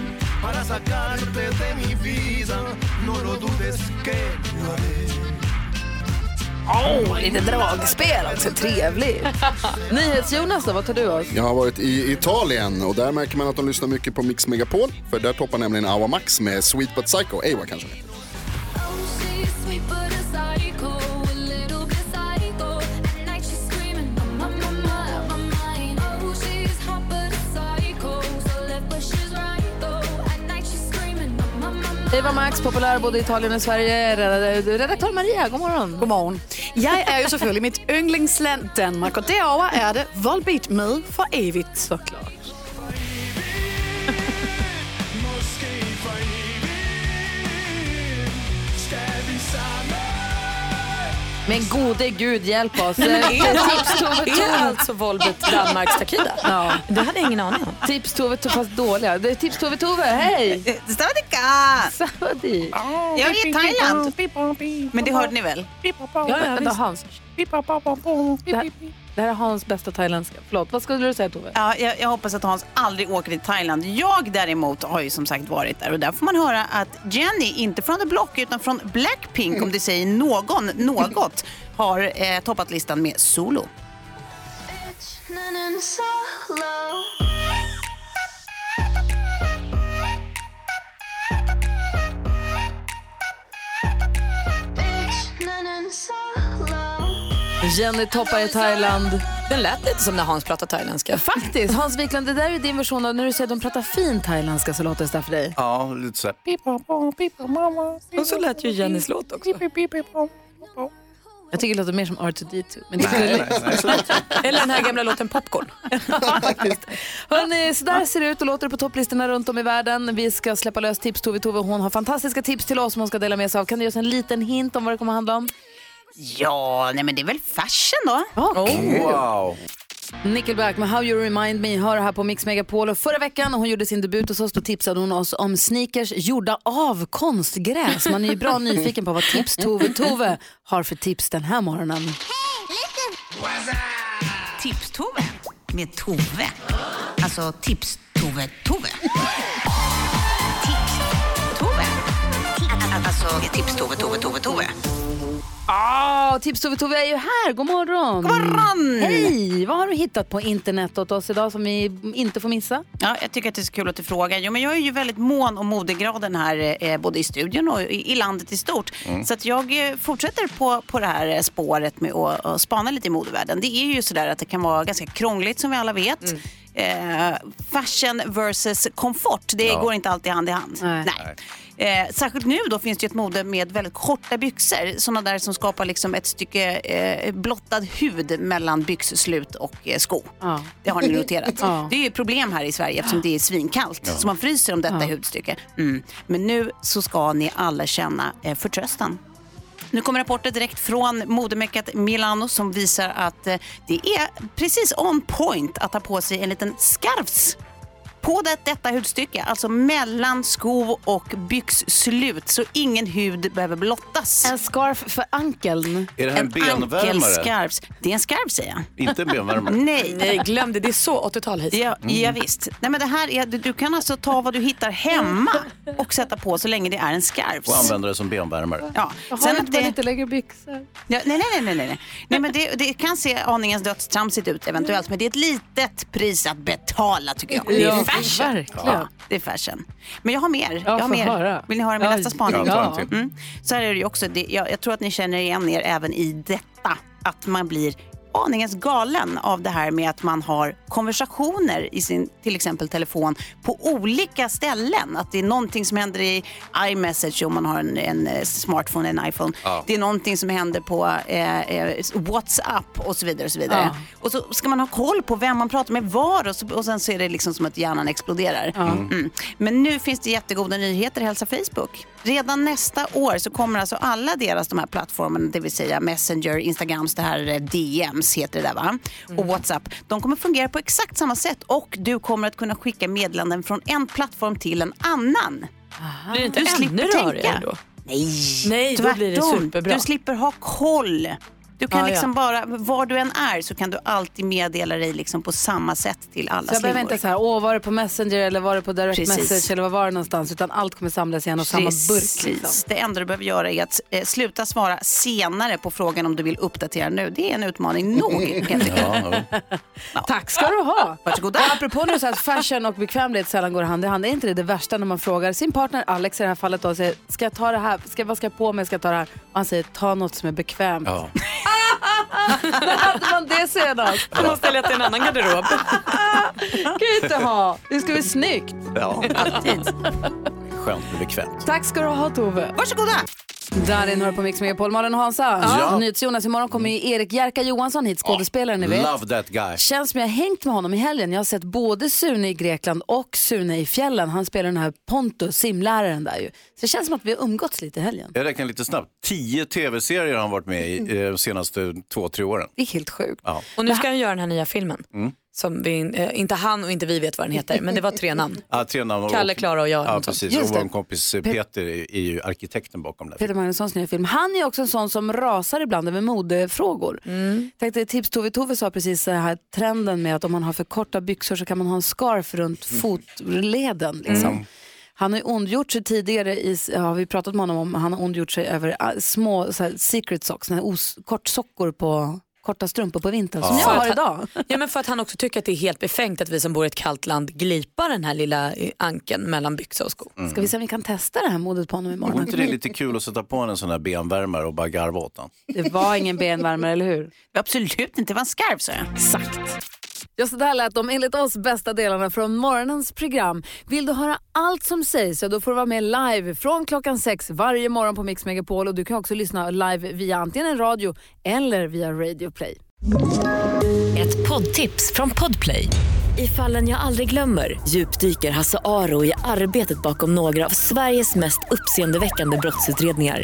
S: para sacarte de mi vida. No lo dudes que lo haré.
A: Oh, lite dragspel också, trevligt. NyhetsJonas då, vad tar du oss?
K: Jag har varit i Italien och där märker man att de lyssnar mycket på Mix Megapol. För där toppar nämligen Awa Max med Sweet But Psycho. Ewa kanske.
A: Eva Max, populär både i Italien och Sverige. Red- Redaktör Maria, god morgon. God morgon.
T: Jeg er jo selvfølgelig mit yndlingsland Danmark, og derover er det Volbeat med for evigt. Så klart.
A: Men gode gud hjälp oss. Eh,
B: Nej, men är det-
A: Tips Tove
B: är det
A: Thun.
B: alltså Volbet Danmarks Takida?
A: Ja.
B: Det hade jag ingen aning om.
A: Tips Tove Tove, fast dåliga. Det är Tips Tove Tove, hej!
I: Savadika!
A: Savadi.
I: Jag är i Thailand. Men det hörde ni väl?
A: Ja, ja, Vänta, Hans. Det här, det här är Hans bästa thailändska. Förlåt, vad skulle du säga Tove?
I: Ja, jag, jag hoppas att Hans aldrig åker till Thailand. Jag däremot har ju som sagt varit där och där får man höra att Jenny, inte från The Block utan från Blackpink om det säger någon något, har eh, toppat listan med solo.
A: Jenny toppar i Thailand.
B: Alltså, Den lät lite som när Hans pratade thailändska.
A: Faktiskt, Hans Wiklund, det där är din version av när du säger att de pratar fin thailändska så låter det så där för dig.
C: Ja, lite så här.
B: Och så lät ju Jennys låt också.
A: Jag tycker det låter mer som R2D2. Men det
B: Nej,
A: är
B: nej,
A: gulligt.
B: nej, så låter Eller den här gamla låten Popcorn.
A: Hörrni, så där ser det ut och låter det på topplistorna runt om i världen. Vi ska släppa lös tips Tove Tove. Hon har fantastiska tips till oss som hon ska dela med sig av. Kan du ge oss en liten hint om vad det kommer att handla om?
I: Ja, nej men det är väl fashion då?
U: Wow.
A: Oh. Nickelback med How You Remind Me hör här på Mix Megapol. Och förra veckan när hon gjorde sin debut hos oss då tipsade hon oss om sneakers gjorda av konstgräs. Man är ju bra nyfiken på vad tips Tove Tove har för tips den här morgonen.
I: Tips-Tove med Tove. Alltså Tips-Tove, Tove. Tips-Tove. Alltså Tips-Tove, Tove, Tove, Tove.
A: Ah, tips Tove Tove är ju här. God morgon! God
I: morgon!
A: Hej! Vad har du hittat på internet åt oss idag som vi inte får missa?
I: Ja, jag tycker att det är så kul att du frågar. Jo, men jag är ju väldigt mån om modegraden här, eh, både i studion och i, i landet i stort.
E: Mm.
I: Så att jag eh, fortsätter på, på det här eh, spåret med att, att spana lite i modevärlden. Det är ju sådär att det kan vara ganska krångligt som vi alla vet.
E: Mm.
I: Eh, fashion versus komfort, det
E: Ja.
I: går inte alltid hand i hand.
E: Nej.
I: Eh, särskilt nu då finns det ju ett mode med väldigt korta byxor. Sådana där som skapar liksom ett stycke eh, blottad hud mellan byxslut och eh, sko. Det har ni noterat.
E: Ja.
I: Det är ju ett problem här i Sverige eftersom det är svinkallt.
E: Ja.
I: Så man fryser om detta hudstycke. Mm. Men nu så ska ni alla känna eh, förtröstan. Nu kommer rapporter direkt från modemeckat Milano som visar att eh, det är precis on point att ha på sig en liten skarvs på det, detta hudstycke, alltså mellan sko och byxslut, så ingen hud behöver blottas. En
A: scarf för ankeln.
I: Är
C: det här en benvärmare?
I: ankelscarfs. Det är en scarf säger jag.
C: Inte
I: [LAUGHS]
C: en benvärmare.
I: Nej.
B: Nej, glöm det. Det är så 80-tal hit.
I: Ja,
B: Mm.
I: ja, visst. Nej, men det här är, du- du kan alltså ta vad du hittar hemma och sätta på så länge det är en scarf.
C: Och använder det som benvärmare.
I: Ja.
A: Jag har
I: Sen
A: inte
I: att
A: det...
I: det-
A: lite längre byxor.
I: Ja, nej, nej, nej, nej, nej. nej men det, det kan se aningens dödstramsigt ut eventuellt, men det är ett litet pris att betala tycker jag. Det
E: Ja,
I: är fashion.
E: verkligen.
I: Ja, det är fashion. Men jag har mer. Jag har
E: får
I: mer.
E: höra.
I: Vill ni höra min
E: Ja,
I: nästa spaning?
E: ja, ta en till.
I: Mm. Så här är det ju också. Det, jag, jag tror att ni känner igen er även i detta, att man blir aningens galen av det här med att man har konversationer i sin till exempel telefon på olika ställen. Att det är någonting som händer i iMessage om man har en, en eh, smartphone, en iPhone.
E: Ja.
I: Det är någonting som händer på eh, eh, WhatsApp och så vidare. Och så vidare.
E: Ja.
I: Och så ska man ha koll på vem man pratar med var och, så, och sen så är det liksom som att hjärnan exploderar.
E: Ja.
I: Mm. Men nu finns det jättegoda nyheter, hälsa Facebook. Redan nästa år så kommer alltså alla deras de här plattformarna, det vill säga Messenger, Instagrams, det här eh, DMs heter det där va? Och WhatsApp. De kommer fungera på exakt samma sätt och du kommer att kunna skicka meddelanden från en plattform till en annan.
B: Blir det inte
I: Du
B: ännu
I: slipper
B: rörigare
I: tänka.
B: då?
I: Nej,
B: Nej då blir det
I: Tvärtom.
B: superbra.
I: Du slipper ha koll. Du kan
B: Ja, ja.
I: liksom bara, var du än är så kan du alltid meddela dig liksom på samma sätt till alla
A: Så jag behöver
I: slingor.
A: inte så här, åh var det på Messenger eller var det på Direct
I: Precis.
A: Message eller vad var det någonstans? Utan allt kommer samlas i en och samma burk.
I: Precis.
A: Liksom.
I: Det enda du behöver göra är att eh, sluta svara senare på frågan om du vill uppdatera nu. Det är en utmaning nog. [LAUGHS] helt enkelt.
A: Tack ska du ha.
I: Varsågoda.
A: Och apropå när du säger att fashion och bekvämlighet sällan går hand i hand. Är inte det det värsta när man frågar sin partner Alex i det här fallet då och säger, ska jag ta det här? Ska, vad ska jag på mig? Ska jag ta det här? Och han säger, ta något som är bekvämt.
C: Ja.
A: När [LAUGHS] hade man det senast?
B: Han måste ha letat i en annan garderob.
A: kan ju inte ha. Det ska bli snyggt.
C: Ja. Skönt men bekvämt.
A: Tack ska du ha Tove.
I: Varsågoda.
A: Darin hör på Mix Megapol. Malin och Hansa,
C: Ja.
A: NyhetsJonas. Imorgon kommer ju Erik Jerka Johansson hit, skådespelaren ni vet.
C: Love that guy.
A: Känns som jag har hängt med honom i helgen. Jag har sett både Sune i Grekland och Sune i fjällen. Han spelar den här Pontus, simläraren där ju. Så det känns som att vi har umgåtts lite i helgen.
C: Jag räknar lite snabbt. Tio tv-serier har han varit med
V: Mm.
C: i eh, de senaste två, tre åren.
A: Det är helt sjukt.
C: Ja.
V: Och nu ska han göra den här nya filmen.
C: Mm.
V: Som vi, eh, inte han och inte vi vet vad den heter, men det var tre namn.
C: Ja, tre namn.
V: Kalle, Klara och jag.
C: Ja, precis.
A: Just
C: Och vår
A: det.
C: kompis eh, Peter är, är ju arkitekten bakom det.
A: Peter Magnussons nya film. Han är också en sån som rasar ibland över modefrågor. Mm. Tänkte, tips Tove Tove sa precis så här trenden med att om man har för korta byxor så kan man ha en scarf runt fotleden. Liksom. Han har ju ondgjort sig tidigare, i, har vi pratat med honom om, han har ondgjort sig över ah, små så här, secret socks, såna här os, kortsockor på korta strumpor på vintern som jag har idag.
V: Ja, men för att han också tycker att det är helt befängt att vi som bor i ett kallt land glipar den här lilla eh, ankeln mellan byxa och sko.
A: Ska vi se om vi kan testa det här modet på honom imorgon?
C: Mm. Vore inte det lite kul att sätta på en sån här benvärmare och bara garva åt den?
A: Det var ingen benvärmare, eller hur?
W: Absolut inte, det var en skarv sa jag.
A: Exakt. Ja, så där lät de enligt oss bästa delarna från morgonens program. Vill du höra allt som sägs så då får du vara med live från klockan sex varje morgon på Mix Megapol. Och du kan också lyssna live via antingen en radio eller via Radio Play.
B: Ett poddtips från Podplay. I fallen jag aldrig glömmer djupdyker Hasse Aro i arbetet bakom några av Sveriges mest uppseendeväckande brottsutredningar.